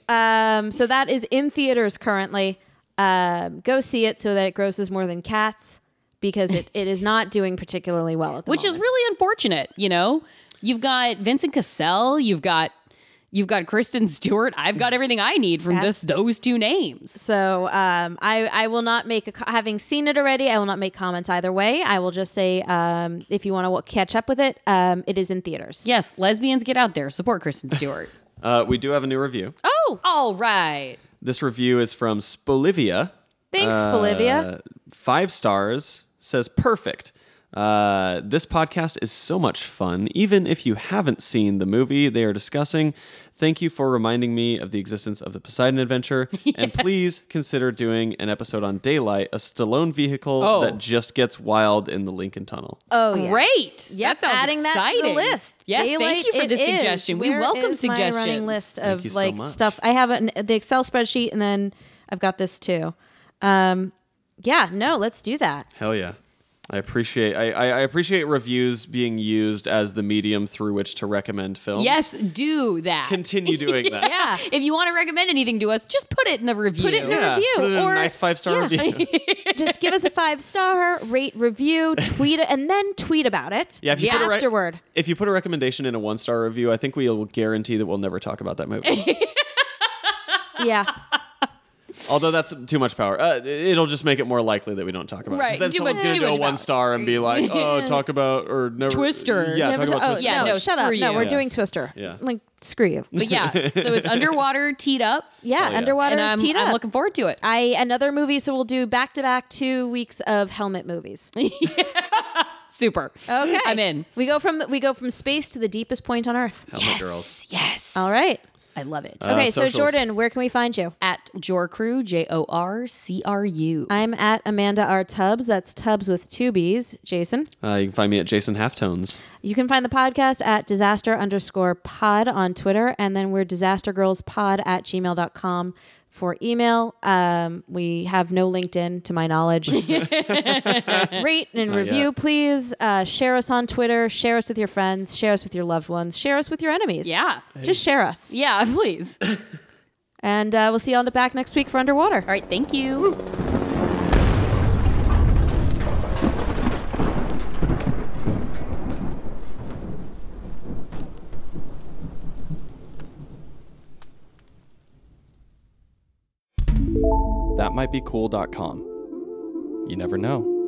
S1: um, so that is in theaters currently. Um, go see it so that it grosses more than Cats because it, it is not doing particularly well at the
S4: which is
S1: moment.
S4: really unfortunate. You know, you've got Vincent Cassell, you've got you've got Kristen Stewart. I've got everything I need from this those two names.
S1: so um, I I will not make a co- having seen it already. I will not make comments either way. I will just say um, if you want to catch up with it, um, it is in theaters.
S4: Yes, lesbians get out there, support Kristen Stewart.
S3: Uh, we do have a new review.
S1: Oh,
S4: All right,
S3: This review is from Spolivia.
S1: thanks,
S3: Uh,
S1: Bolivia.
S3: Five stars says perfect. Uh, this podcast is so much fun, even if you haven't seen the movie they are discussing. Thank you for reminding me of the existence of the Poseidon Adventure, and please consider doing an episode on Daylight, a Stallone vehicle
S4: Oh.
S3: that just gets wild in the Lincoln Tunnel.
S1: Oh, yeah.
S4: great.
S1: Yep,
S4: that sounds
S1: adding that to
S4: exciting.
S1: the list.
S4: Yes,
S1: Daylight
S4: thank you for
S1: it
S4: this
S1: is.
S4: suggestion. we
S1: Where
S4: welcome
S1: is my
S4: suggestions.
S1: running list
S3: Thank you
S1: of
S3: so
S1: like
S3: much.
S1: stuff. I have an, the Excel spreadsheet, and then I've got this too. Um, yeah, no, let's do that.
S3: Hell yeah. I appreciate I, I I appreciate reviews being used as the medium through which to recommend films.
S4: Yes, do that.
S3: Continue doing that.
S1: Yeah,
S4: If you want to recommend anything to us, just put it in a review.
S1: it in a-
S3: Yeah,
S1: Review,
S3: put it in
S1: or-
S3: a nice five star
S1: yeah.
S3: review.
S1: just give us a five star rate, review, tweet, it, and then tweet about it.
S3: Yeah, if you
S4: Yeah.
S3: put a re-
S1: Afterward.
S3: if you put a recommendation in a one star review, I think we will guarantee that we'll never talk about that movie.
S1: yeah.
S3: Although that's too much power. Uh, it'll just make it more likely that we don't talk about it. 'Cause
S4: Right,
S3: Then
S4: too
S3: someone's
S4: much-
S3: gonna
S4: too
S3: do a
S4: much
S3: one
S4: power.
S3: star and be like, oh, talk about or never
S4: Twister. oh,
S3: Yeah,
S1: Never
S3: talk about
S1: ta-
S3: Twister.
S4: yeah,
S1: no,
S4: no,
S1: shut up.
S4: screw
S1: No,
S4: you.
S1: we're
S4: Yeah.
S1: doing Twister.
S3: Yeah. Oh,
S1: like screw you.
S4: But yeah, so it's underwater, teed up.
S1: Yeah,
S3: yeah.
S1: underwater
S4: and I'm,
S1: is teed
S4: I'm
S1: up.
S4: looking forward to it.
S1: I another movie, so we'll do back to back two weeks of helmet movies.
S4: Super.
S1: Okay,
S4: I'm in.
S1: We go from we go from space to the deepest point on Earth.
S3: Helmet girls.
S4: Yes.
S1: All right.
S4: I love it.
S1: Okay, so
S3: Uh, socials.
S1: Jordan, where can we find you?
S4: at Jorcru, J O R C R U.
S1: I'm at Amanda R. Tubbs. That's Tubbs with two B's. Jason,
S3: Uh, you can find me at Jason Halftones.
S1: you can find the podcast at disaster underscore pod on Twitter, and then we're disastergirlspod at gmail.com for email. Um, we have no LinkedIn to my knowledge. Rate and review,
S3: yet.
S1: please. Uh, share us on Twitter. Share us with your friends. Share us with your loved ones. Share us with your enemies.
S4: Yeah.
S1: Just share us.
S4: Yeah, please. All
S1: And uh, we'll see you on the back next week for Underwater.
S4: right, thank you.
S3: That might be cool.com. You never know.